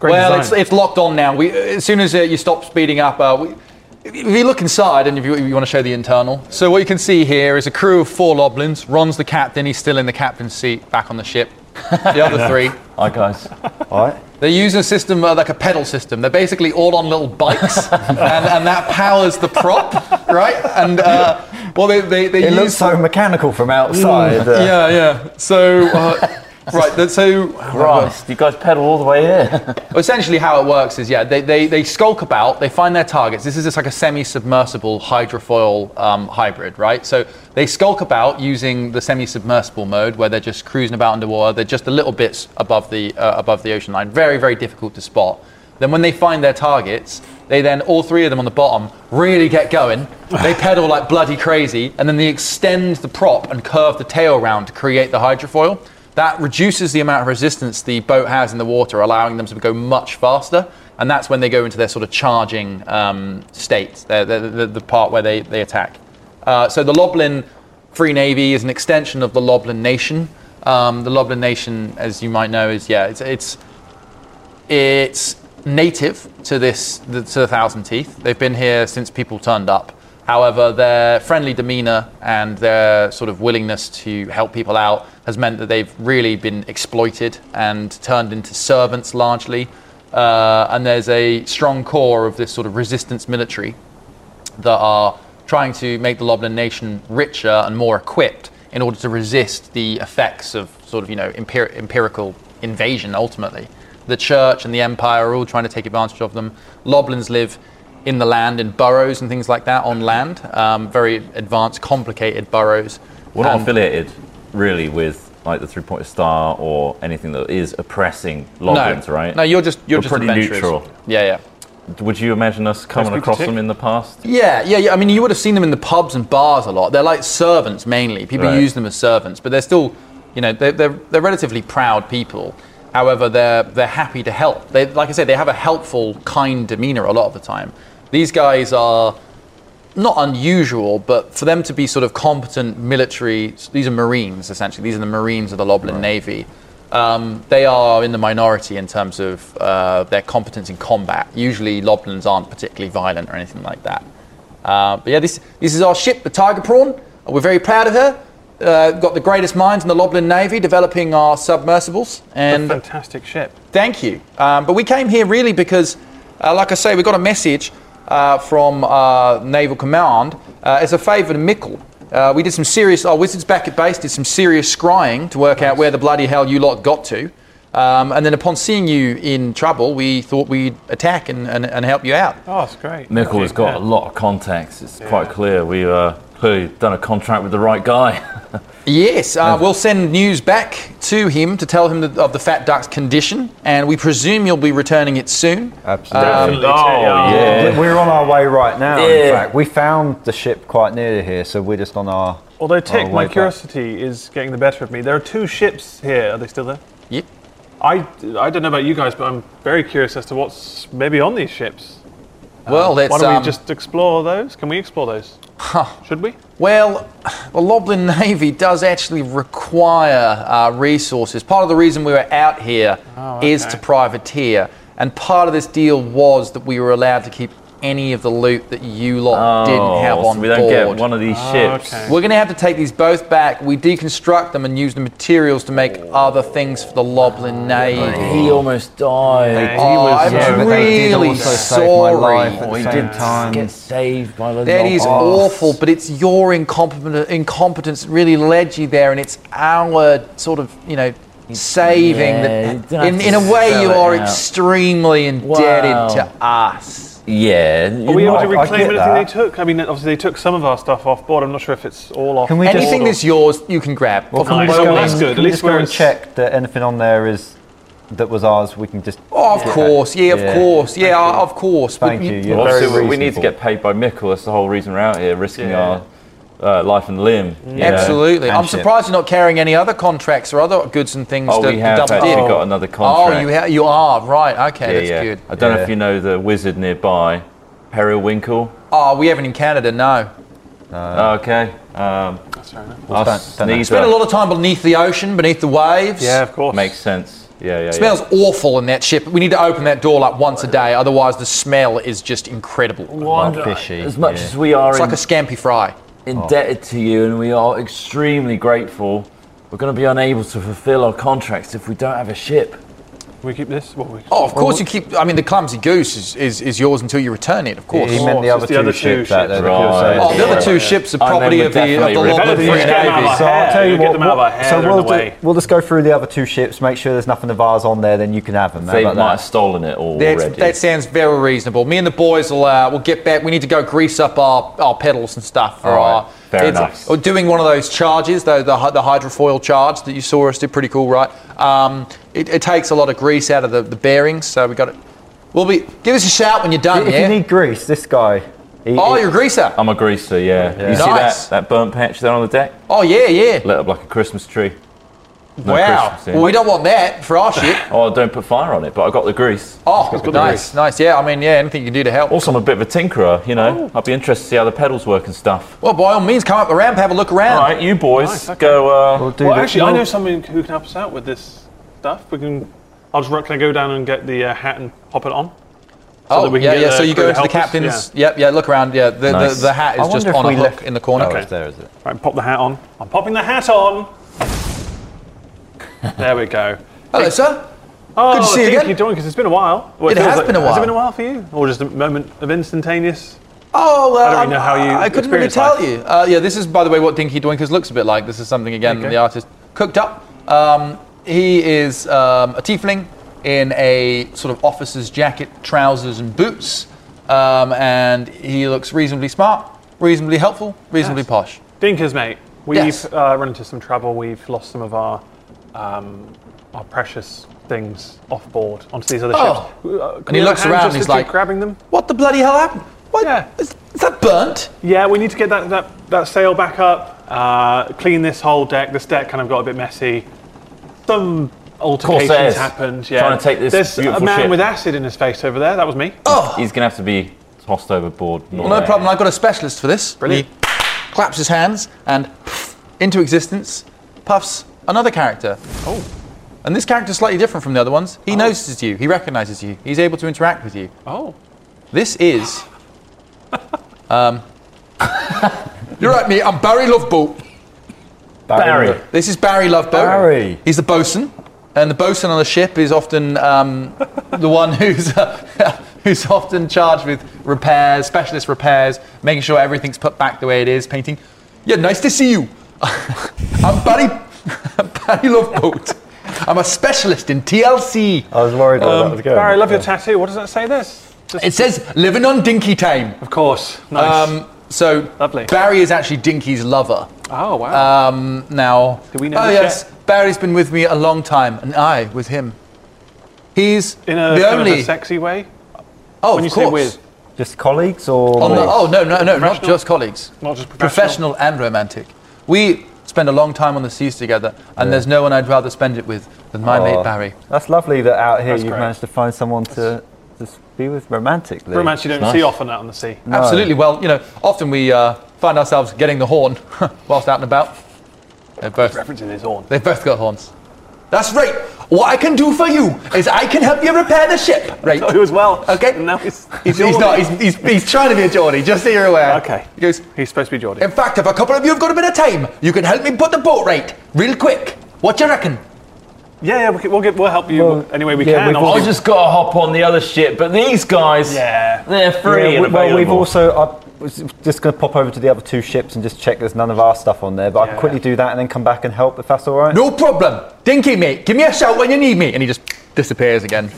Speaker 5: great
Speaker 1: well,
Speaker 5: design.
Speaker 1: it's, it's locked on now. We, as soon as uh, you stop speeding up, uh, we, if you look inside and if you, if you want to show the internal. So, what you can see here is a crew of four Loblins. Ron's the captain, he's still in the captain's seat back on the ship. The [laughs] other three.
Speaker 2: Hi,
Speaker 5: [laughs]
Speaker 2: guys.
Speaker 7: All right.
Speaker 1: They're using a system uh, like a pedal system. They're basically all on little bikes, [laughs] and, and that powers the prop, right? And uh, well, they they, they
Speaker 7: It
Speaker 1: use
Speaker 7: looks so mechanical from outside. uh,
Speaker 1: Mm. yeah yeah. So
Speaker 7: [laughs]
Speaker 1: uh, right, that- so
Speaker 2: Christ, you guys pedal all the way here.
Speaker 1: Essentially, how it works is yeah, they, they, they skulk about, they find their targets. This is just like a semi submersible hydrofoil um, hybrid, right? So they skulk about using the semi submersible mode where they're just cruising about underwater. They're just a little bit above the, uh, above the ocean line. Very, very difficult to spot. Then, when they find their targets, They then, all three of them on the bottom, really get going. They pedal like bloody crazy, and then they extend the prop and curve the tail round to create the hydrofoil. That reduces the amount of resistance the boat has in the water, allowing them to go much faster. And that's when they go into their sort of charging um, state, the, the, the, the part where they, they attack. Uh, so the Loblin Free Navy is an extension of the Loblin Nation. Um, the Loblin Nation, as you might know, is yeah, it's it's it's native to this to the Thousand Teeth. They've been here since people turned up. However, their friendly demeanor and their sort of willingness to help people out has meant that they've really been exploited and turned into servants largely. Uh, and there's a strong core of this sort of resistance military that are trying to make the Loblin nation richer and more equipped in order to resist the effects of sort of you know empir- empirical invasion ultimately. The church and the empire are all trying to take advantage of them. Loblins live in the land in burrows and things like that on land, um, very advanced, complicated burrows. Um,
Speaker 2: We're not
Speaker 1: And-
Speaker 2: affiliated really with like the Three Pointer Star or anything that is oppressing Loblins,
Speaker 1: no,
Speaker 2: right?
Speaker 1: No, you're just you're
Speaker 2: We're
Speaker 1: just
Speaker 2: pretty
Speaker 1: adventurers.
Speaker 2: neutral.
Speaker 1: Yeah, yeah.
Speaker 2: Would you imagine us coming
Speaker 5: good
Speaker 2: across
Speaker 5: tip.
Speaker 2: them in the past?
Speaker 1: Yeah, yeah, yeah. I mean, you would have seen them in the pubs and bars a lot. They're like servants mainly. People
Speaker 2: Right.
Speaker 1: use them as servants, but they're still, you know, they're, they're, they're relatively proud people. However, they're, they're happy to help. They, like I said, they have a helpful, kind demeanor a lot of the time. These guys are not unusual, but for them to be sort of competent military, these are Marines essentially. These are the Marines of the Loblin Navy. Um, they are in the minority in terms of uh, their competence in combat. Usually, Loblins aren't particularly violent or anything like that. Uh, but yeah, this this is our ship, the Tiger Prawn. We're very proud of her. Uh, got the greatest minds in the Loblin Navy developing our submersibles, and
Speaker 5: Fantastic ship.
Speaker 1: Thank you. Um, but we came here really because, uh, like I say, we got a message uh, from uh, Naval Command uh, as a favour to Mickle. Uh, we did some serious, our wizards back at base did some serious scrying to work out where the bloody hell you lot got to. Um, and then upon seeing you in trouble, we thought we'd attack and, and, and help you out.
Speaker 5: Oh, it's great.
Speaker 2: Mickle has got
Speaker 5: Yeah.
Speaker 2: a lot of contacts. It's quite clear we've uh, clearly done a contract with the right guy.
Speaker 1: Yes, uh, we'll send news back to him to tell him that, of the fat duck's condition, and we presume you'll be returning it soon.
Speaker 5: Uh, Absolutely.
Speaker 1: Um,
Speaker 5: oh,
Speaker 2: yeah.
Speaker 7: We're on our way right now.
Speaker 2: Yeah.
Speaker 7: In fact, we found the ship quite near here, so we're just on our.
Speaker 5: Oh, Although,
Speaker 7: our
Speaker 5: Tick,
Speaker 7: way
Speaker 5: my
Speaker 7: back.
Speaker 5: curiosity is getting the better of me. There are two ships here. Are they still there?
Speaker 1: Yep.
Speaker 5: I, I don't know about you guys, but I'm very curious as to what's maybe on these ships.
Speaker 1: Well, let's
Speaker 5: Why don't
Speaker 1: um,
Speaker 5: we just explore those? Can we explore those? Should we?
Speaker 1: Well, the Loblin [laughs] Navy does actually require uh, resources. Part of the reason we were out here is
Speaker 5: okay.
Speaker 1: to privateer, and part of this deal was that we were allowed to keep any of the loot that you lot didn't have
Speaker 2: Oh, so
Speaker 1: on
Speaker 2: we
Speaker 1: board.
Speaker 2: don't get one of these ships.
Speaker 5: okay.
Speaker 1: We're going to have to take these both back. We deconstruct them and use the materials to make other things for the Loblin Navy.
Speaker 2: [laughs] He almost died.
Speaker 5: He
Speaker 1: Oh, I'm
Speaker 7: Yeah, but they did
Speaker 1: really
Speaker 7: also save my
Speaker 1: sorry.
Speaker 7: life at the same time.
Speaker 2: saved by the
Speaker 1: That is awful, but it's your incompetent, incompetence really led you there, and it's our sort of, you know, saving
Speaker 2: Yeah, you
Speaker 1: that.
Speaker 2: don't have
Speaker 1: In,
Speaker 2: to
Speaker 1: in a way,
Speaker 2: spell
Speaker 1: you
Speaker 2: it
Speaker 1: are
Speaker 2: out.
Speaker 1: extremeded indebted
Speaker 2: Wow.
Speaker 1: to us.
Speaker 2: Yeah.
Speaker 5: Are we able to
Speaker 7: I- I
Speaker 5: reclaim
Speaker 7: get
Speaker 5: anything
Speaker 7: that.
Speaker 5: they took? I mean, obviously they took some of our stuff off board. I'm not sure if it's all off.
Speaker 7: Can we just-
Speaker 1: Anything that's yours, you can grab. Of
Speaker 5: can
Speaker 1: course.
Speaker 5: we just go
Speaker 7: Well,
Speaker 5: that's
Speaker 7: we-
Speaker 5: good. At
Speaker 7: can we
Speaker 5: least
Speaker 7: just go
Speaker 5: we're
Speaker 7: and
Speaker 5: s-
Speaker 7: check that anything on there is that was ours. We can just.
Speaker 1: Oh, of course, yeah, of
Speaker 7: Yeah.
Speaker 1: course, yeah, uh, of course. We-
Speaker 7: Thank you. You're
Speaker 2: Well,
Speaker 7: very
Speaker 2: obviously, we- we need to
Speaker 7: reasonable.
Speaker 2: get paid by Mickle. That's the whole reason we're out here, risking
Speaker 5: Yeah.
Speaker 2: our uh, life and limb. you
Speaker 1: Mm.
Speaker 2: know.
Speaker 1: Absolutely.
Speaker 7: and
Speaker 1: I'm
Speaker 7: shit.
Speaker 1: surprised you're not carrying any other contracts or other goods and things
Speaker 2: Oh,
Speaker 1: to,
Speaker 2: we
Speaker 1: to
Speaker 2: have
Speaker 1: double
Speaker 2: actually
Speaker 1: dip.
Speaker 2: got another contract.
Speaker 1: Oh, you, ha- you are, right, okay, that's
Speaker 2: yeah.
Speaker 1: good.
Speaker 2: I don't know
Speaker 7: Yeah.
Speaker 2: if you know the wizard nearby, Periwinkle.
Speaker 1: Oh, we haven't encountered it, no.
Speaker 2: okay. Um,
Speaker 5: That's fair enough.
Speaker 7: don't-
Speaker 2: our
Speaker 7: don't know.
Speaker 2: sneezer
Speaker 1: Spent a lot of time beneath the ocean, beneath the waves.
Speaker 5: Yeah, of course.
Speaker 2: makes sense. Yeah, yeah. yeah.
Speaker 1: smells awful in that ship. We need to open that door like once a day, otherwise the smell is just incredible.
Speaker 7: Wonder- fishy,
Speaker 2: As much
Speaker 7: yeah.
Speaker 2: as we are
Speaker 1: It's
Speaker 2: in-
Speaker 1: like a scampy fry.
Speaker 2: indebted to you, and we are extremely grateful, we're going to be unable to fulfil our contracts if we don't have a ship.
Speaker 5: we keep this. What we?
Speaker 1: Oh, of course you keep. I mean, the clumsy goose is, is, is yours until you return it. Of course.
Speaker 7: He meant the
Speaker 5: it's
Speaker 7: other
Speaker 5: the
Speaker 7: two
Speaker 5: other two
Speaker 7: ships. that
Speaker 5: ships.
Speaker 7: they're-
Speaker 2: Right.
Speaker 7: so-
Speaker 1: Oh, the other two
Speaker 5: Yeah.
Speaker 1: ships are
Speaker 2: And then
Speaker 1: property
Speaker 2: we
Speaker 1: of the of the
Speaker 2: definitely
Speaker 1: Loch
Speaker 5: Better than
Speaker 1: Free
Speaker 5: you just get them out of
Speaker 1: Navy.
Speaker 5: our
Speaker 7: So I'll
Speaker 5: hair.
Speaker 7: tell you
Speaker 5: get
Speaker 7: what.
Speaker 5: them out of our
Speaker 7: what-
Speaker 5: hair.
Speaker 7: so
Speaker 5: they're in
Speaker 7: we'll,
Speaker 5: the way.
Speaker 7: ju- we'll just go through the other two ships. Make sure there's nothing of ours on there. Then you can have them. How
Speaker 2: They
Speaker 7: about
Speaker 2: might
Speaker 7: that?
Speaker 2: have stolen it all already.
Speaker 1: That's, that sounds very reasonable. Me and the boys will uh, will get back. We need to go grease up our, our pedals and stuff for
Speaker 2: All right.
Speaker 1: our.
Speaker 2: Fair
Speaker 1: it's-
Speaker 2: enough.
Speaker 1: We're doing one of those charges, though the hy- the hydrofoil charge that you saw us do, pretty cool, right? Um, it, it takes a lot of grease out of the, the bearings, so we got to We'll be. Give us a shout when you're done.
Speaker 7: If
Speaker 1: yeah.
Speaker 7: you need grease, this guy. He,
Speaker 1: oh, you're a greaser.
Speaker 2: I'm a greaser, yeah. You see
Speaker 1: Nice.
Speaker 2: that, that burnt patch there on the deck?
Speaker 1: Oh yeah, yeah.
Speaker 2: Lit up like a Christmas tree. No
Speaker 1: wow.
Speaker 2: Christmas, yeah.
Speaker 1: Well, we don't want that for our
Speaker 2: [laughs]
Speaker 1: shit.
Speaker 2: Oh, don't put fire on it, but I got the grease.
Speaker 1: Oh, nice, nice. Yeah, I mean, yeah, anything you can do to help.
Speaker 2: Also, I'm a bit of a tinkerer, you know. I'd be interested to see how the pedals work and stuff.
Speaker 1: Well, by all means, come up the ramp, have a look around.
Speaker 2: All right, you boys,
Speaker 5: Nice, okay.
Speaker 2: go. Uh,
Speaker 7: We'll do
Speaker 5: Well,
Speaker 7: the-
Speaker 5: actually, I
Speaker 7: we'll-
Speaker 5: know someone who can help us out with this stuff. We can. I'll just run, can I go down and get the uh, hat and pop it on?
Speaker 1: oh,
Speaker 5: that we can
Speaker 1: yeah,
Speaker 5: get
Speaker 1: yeah.
Speaker 5: the
Speaker 1: so you
Speaker 5: crew
Speaker 1: go
Speaker 5: to
Speaker 1: into the
Speaker 5: help us,
Speaker 1: captain's. Yep, yeah. Look around. Yeah, the,
Speaker 2: Nice.
Speaker 1: the, the hat
Speaker 7: I
Speaker 1: is just
Speaker 7: wonder if
Speaker 1: on a
Speaker 7: we
Speaker 1: hook
Speaker 7: left-
Speaker 1: in the corner.
Speaker 7: Oh,
Speaker 5: Okay.
Speaker 7: it's there, is it?
Speaker 5: Right, pop the hat on. I'm popping the
Speaker 1: [laughs]
Speaker 5: hat on. there we go.
Speaker 1: Hello, sir.
Speaker 5: Oh,
Speaker 1: to see you
Speaker 5: thank
Speaker 1: again.
Speaker 5: you, John, because it's been a while. Well,
Speaker 1: It
Speaker 5: feels
Speaker 1: has been a
Speaker 5: Has
Speaker 1: while.
Speaker 5: it been a while for you, or just a moment of instantaneous?
Speaker 1: Oh, well,
Speaker 5: I don't
Speaker 1: I'm-
Speaker 5: really know how you
Speaker 1: I couldn't really
Speaker 5: experience
Speaker 1: tell
Speaker 5: life.
Speaker 1: you. Uh, yeah, this is, by the way, what Dinky Doinkers looks a bit like. This is something, again,
Speaker 5: Okay.
Speaker 1: the artist cooked up. Um, he is um, a tiefling in a sort of officer's jacket, trousers, and boots. Um, and he looks reasonably smart, reasonably helpful, reasonably
Speaker 5: Yes.
Speaker 1: posh.
Speaker 5: Dinkers, mate. We've
Speaker 1: Yes.
Speaker 5: uh, run into some trouble. We've lost some of our um, our precious things off board onto these other
Speaker 1: Oh.
Speaker 5: ships. Uh, can
Speaker 1: And he
Speaker 5: we have
Speaker 1: looks
Speaker 5: hands
Speaker 1: around
Speaker 5: just
Speaker 1: and he's
Speaker 5: to keep
Speaker 1: like-
Speaker 5: grabbing them.
Speaker 1: What the bloody hell happened? What?
Speaker 5: Yeah.
Speaker 1: Is, is that burnt?
Speaker 5: Yeah, we need to get that, that, that sail back up, uh, clean this whole deck. This deck kind of got a bit messy. Some altercations
Speaker 2: Corsairs.
Speaker 5: happened. Yeah.
Speaker 2: Trying to take this
Speaker 5: There's a
Speaker 2: beautiful
Speaker 5: man
Speaker 2: ship.
Speaker 5: with acid in his face over there. That was me.
Speaker 2: he's going to have to be tossed overboard.
Speaker 1: Well, no problem. I've got a specialist for this.
Speaker 5: Brilliant.
Speaker 1: He claps his hands and into existence puffs another character. Oh. And this character's slightly different from the other ones. He notices you. He recognizes you. He's able to interact with you.
Speaker 5: Oh.
Speaker 1: This [laughs] is. um, [laughs] you're right, me. I'm Barry Loveboat.
Speaker 2: Barry.
Speaker 1: This is Barry Loveboat.
Speaker 7: Barry.
Speaker 1: He's the bosun, and the bosun on a ship is often um, the one who's uh, [laughs] who's often charged with repairs, specialist repairs, making sure everything's put back the way it is, painting. Yeah, nice to see you. [laughs] I'm Barry [laughs] Barry Loveboat. I'm a specialist in TLC.
Speaker 7: I was worried
Speaker 4: Oh,
Speaker 7: where that was going.
Speaker 5: Um, Barry, I love your tattoo. What does that say? This. Just,
Speaker 1: It says living on Dinky Time.
Speaker 5: of course. Nice.
Speaker 1: Um, so
Speaker 5: Lovely.
Speaker 1: Barry is actually Dinky's lover.
Speaker 5: oh wow.
Speaker 1: Um, now,
Speaker 5: Do we know
Speaker 1: oh
Speaker 5: this
Speaker 1: yes,
Speaker 5: yet?
Speaker 1: Barry's been with me a long time, and I with him. He's
Speaker 5: in a
Speaker 1: the
Speaker 5: kind
Speaker 1: only.
Speaker 5: of a sexy way.
Speaker 1: oh,
Speaker 5: When you
Speaker 1: of
Speaker 5: say
Speaker 1: course.
Speaker 5: with,
Speaker 7: Just colleagues or?
Speaker 1: On the, oh no, no, no, not
Speaker 5: Professional?
Speaker 1: just colleagues.
Speaker 5: not just professional.
Speaker 1: professional and romantic. We spend a long time on the seas together, and there's no one I'd rather spend it with than my
Speaker 7: Aw.
Speaker 5: Oh,
Speaker 1: mate Barry.
Speaker 7: That's lovely that out here
Speaker 5: That's
Speaker 7: you've
Speaker 5: great.
Speaker 7: managed to find someone to just be with romantically.
Speaker 5: Romance you don't
Speaker 2: Nice.
Speaker 5: see often out on the sea.
Speaker 1: Absolutely. Well, you know, often we uh, find ourselves getting the horn [laughs] whilst out and about. They've both,
Speaker 5: Referencing his horn. [laughs]
Speaker 1: they've both got horns. That's right. What I can do for you is I can help you repair the
Speaker 5: [laughs]
Speaker 1: ship. Right.
Speaker 5: It was well.
Speaker 1: Okay.
Speaker 5: And now he's,
Speaker 1: He's, he's not. He's, he's, he's trying to be a Geordie, just so you're aware.
Speaker 5: Okay.
Speaker 1: He goes,
Speaker 5: He's supposed to be Geordie.
Speaker 1: In fact, if a couple of you have got a bit of time, you can help me put the boat right, real quick. What do you reckon?
Speaker 5: Yeah, yeah. We can, we'll, get, we'll help you
Speaker 7: Well,
Speaker 5: any way we
Speaker 7: yeah,
Speaker 5: can.
Speaker 7: we've all-
Speaker 5: obviously.
Speaker 2: I just got to hop on the other ship, but these guys,
Speaker 5: Yeah.
Speaker 2: they're
Speaker 7: Yeah,
Speaker 2: free.
Speaker 7: we-
Speaker 2: and
Speaker 7: well, we've
Speaker 2: available.
Speaker 7: also. I was just going to pop over to the other two ships and just check there's none of our stuff on there, but I can
Speaker 5: Yeah.
Speaker 7: quickly do that and then come back and help if that's all right.
Speaker 1: No problem. Dinky, mate, give me a shout when you need me. And he just disappears again.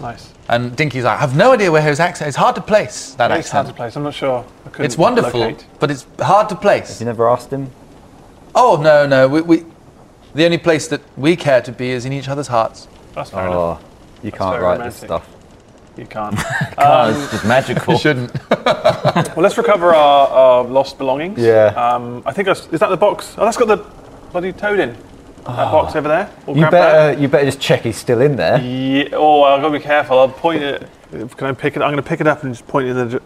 Speaker 5: nice.
Speaker 1: And Dinky's like, I've no idea where his accent It's hard to place, that
Speaker 5: It's hard
Speaker 1: accent.
Speaker 5: to place. I'm not sure. I couldn't
Speaker 1: It's wonderful,
Speaker 5: locate.
Speaker 1: but it's hard to place.
Speaker 7: You never asked him.
Speaker 1: Oh, no, no. We, we, the only place that we care to be is in each other's hearts.
Speaker 5: That's fair enough.
Speaker 7: Oh, you can't
Speaker 5: very
Speaker 7: write
Speaker 5: romantic.
Speaker 7: this stuff.
Speaker 5: You can't.
Speaker 2: Ah, it's just magical.
Speaker 1: You shouldn't.
Speaker 5: well, let's recover our, our lost belongings.
Speaker 7: Yeah.
Speaker 5: Um, I think that's, is that the box? Oh, that's got the bloody toad in.
Speaker 1: Ah.
Speaker 5: That box over there. We'll
Speaker 7: You
Speaker 5: grab
Speaker 7: better, you better just check he's still in there.
Speaker 5: That. Yeah. Oh, I've got to be careful. I'll point it. Can I pick it? I'm going to pick it up and just point it in the. dir-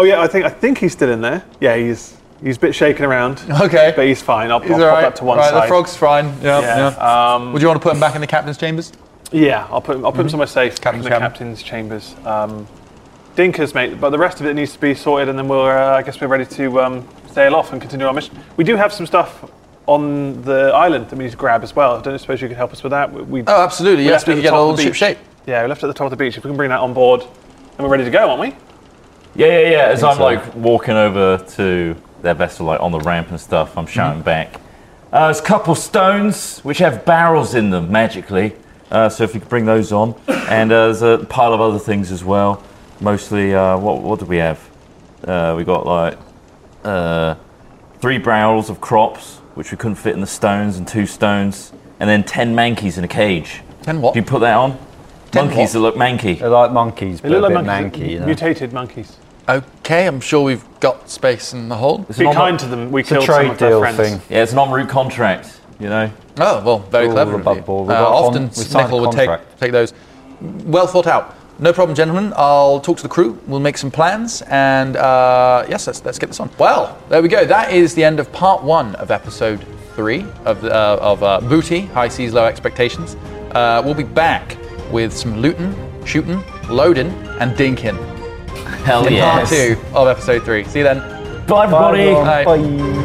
Speaker 5: Oh yeah, I think I think he's still in there. Yeah, he's he's a bit shaken around.
Speaker 1: Okay.
Speaker 5: But he's fine. I'll,
Speaker 1: He's
Speaker 5: I'll
Speaker 1: all
Speaker 5: pop
Speaker 1: right.
Speaker 5: that to one
Speaker 1: All right,
Speaker 5: side.
Speaker 1: The frog's fine. Yeah,
Speaker 5: Yeah. um,
Speaker 1: yeah. Would you want to put him back in the captain's chambers?
Speaker 5: Yeah, I'll put I'll put
Speaker 1: Mm-hmm.
Speaker 5: them somewhere safe
Speaker 1: Captain's
Speaker 5: in the
Speaker 1: cabin.
Speaker 5: captain's chambers. Um, Dinkers, mate, but the rest of it needs to be sorted, and then we'll uh, I guess we're ready to um, sail off and continue our mission. We do have some stuff on the island that we need to grab as well. I don't suppose you could help us with that. We, we-
Speaker 1: Oh, absolutely.
Speaker 5: we
Speaker 1: yes,
Speaker 5: left
Speaker 1: we
Speaker 5: it at
Speaker 1: can
Speaker 5: the
Speaker 1: get
Speaker 5: top of
Speaker 1: all
Speaker 5: the
Speaker 1: ship
Speaker 5: beach.
Speaker 1: shape.
Speaker 5: Yeah, we left it at the top of the beach. If we can bring that on board, then we're ready to go, aren't we?
Speaker 2: Yeah, yeah, yeah. As I'm like walking over to their vessel, like on the ramp and stuff,
Speaker 7: Mm-hmm.
Speaker 2: I'm shouting back. Uh, there's a couple stones which have barrels in them magically. Uh, so if you could bring
Speaker 7: [coughs]
Speaker 2: those on, and uh, there's a pile of other things as well. Mostly, uh, what what do we have? Uh, we got like uh, three barrels of crops which we couldn't fit in the stones, and two stones, and then ten mankeys in a cage.
Speaker 1: Ten what?
Speaker 2: If you put that on,
Speaker 3: Monkeys that look manky.
Speaker 4: They're like monkeys, but
Speaker 5: They look
Speaker 4: a
Speaker 5: like
Speaker 4: bit
Speaker 5: monkeys,
Speaker 4: manky. You know?
Speaker 5: mutated monkeys.
Speaker 1: Okay, I'm sure we've got space in the hold.
Speaker 3: It's
Speaker 5: Be
Speaker 3: an en-
Speaker 5: kind to them. We
Speaker 4: It's a
Speaker 5: killed some
Speaker 4: trade
Speaker 5: of their
Speaker 4: deal
Speaker 5: friends.
Speaker 4: thing.
Speaker 3: Yeah, it's an en route contract, you know.
Speaker 1: Oh, well, very
Speaker 4: All
Speaker 1: clever. of
Speaker 4: above
Speaker 1: you.
Speaker 4: board. We've
Speaker 1: Uh,
Speaker 4: got a
Speaker 1: often
Speaker 4: con- we've signed a
Speaker 1: Nickel would take,
Speaker 4: contract.
Speaker 1: take those. Well thought out. No problem, gentlemen. I'll talk to the crew. We'll make some plans. And uh, yes, let's, let's get this on. Well, there we go. That is the end of part one of episode three of, the- uh, of uh, Booty High Seas, Low Expectations. Uh, we'll be back with some looting, shooting, loading, and dinking.
Speaker 3: Hell
Speaker 1: in
Speaker 3: yeah.
Speaker 1: Part two of episode three. See you then.
Speaker 3: Bye, everybody.
Speaker 4: Bye,
Speaker 1: Bye.
Speaker 4: everyone. Bye.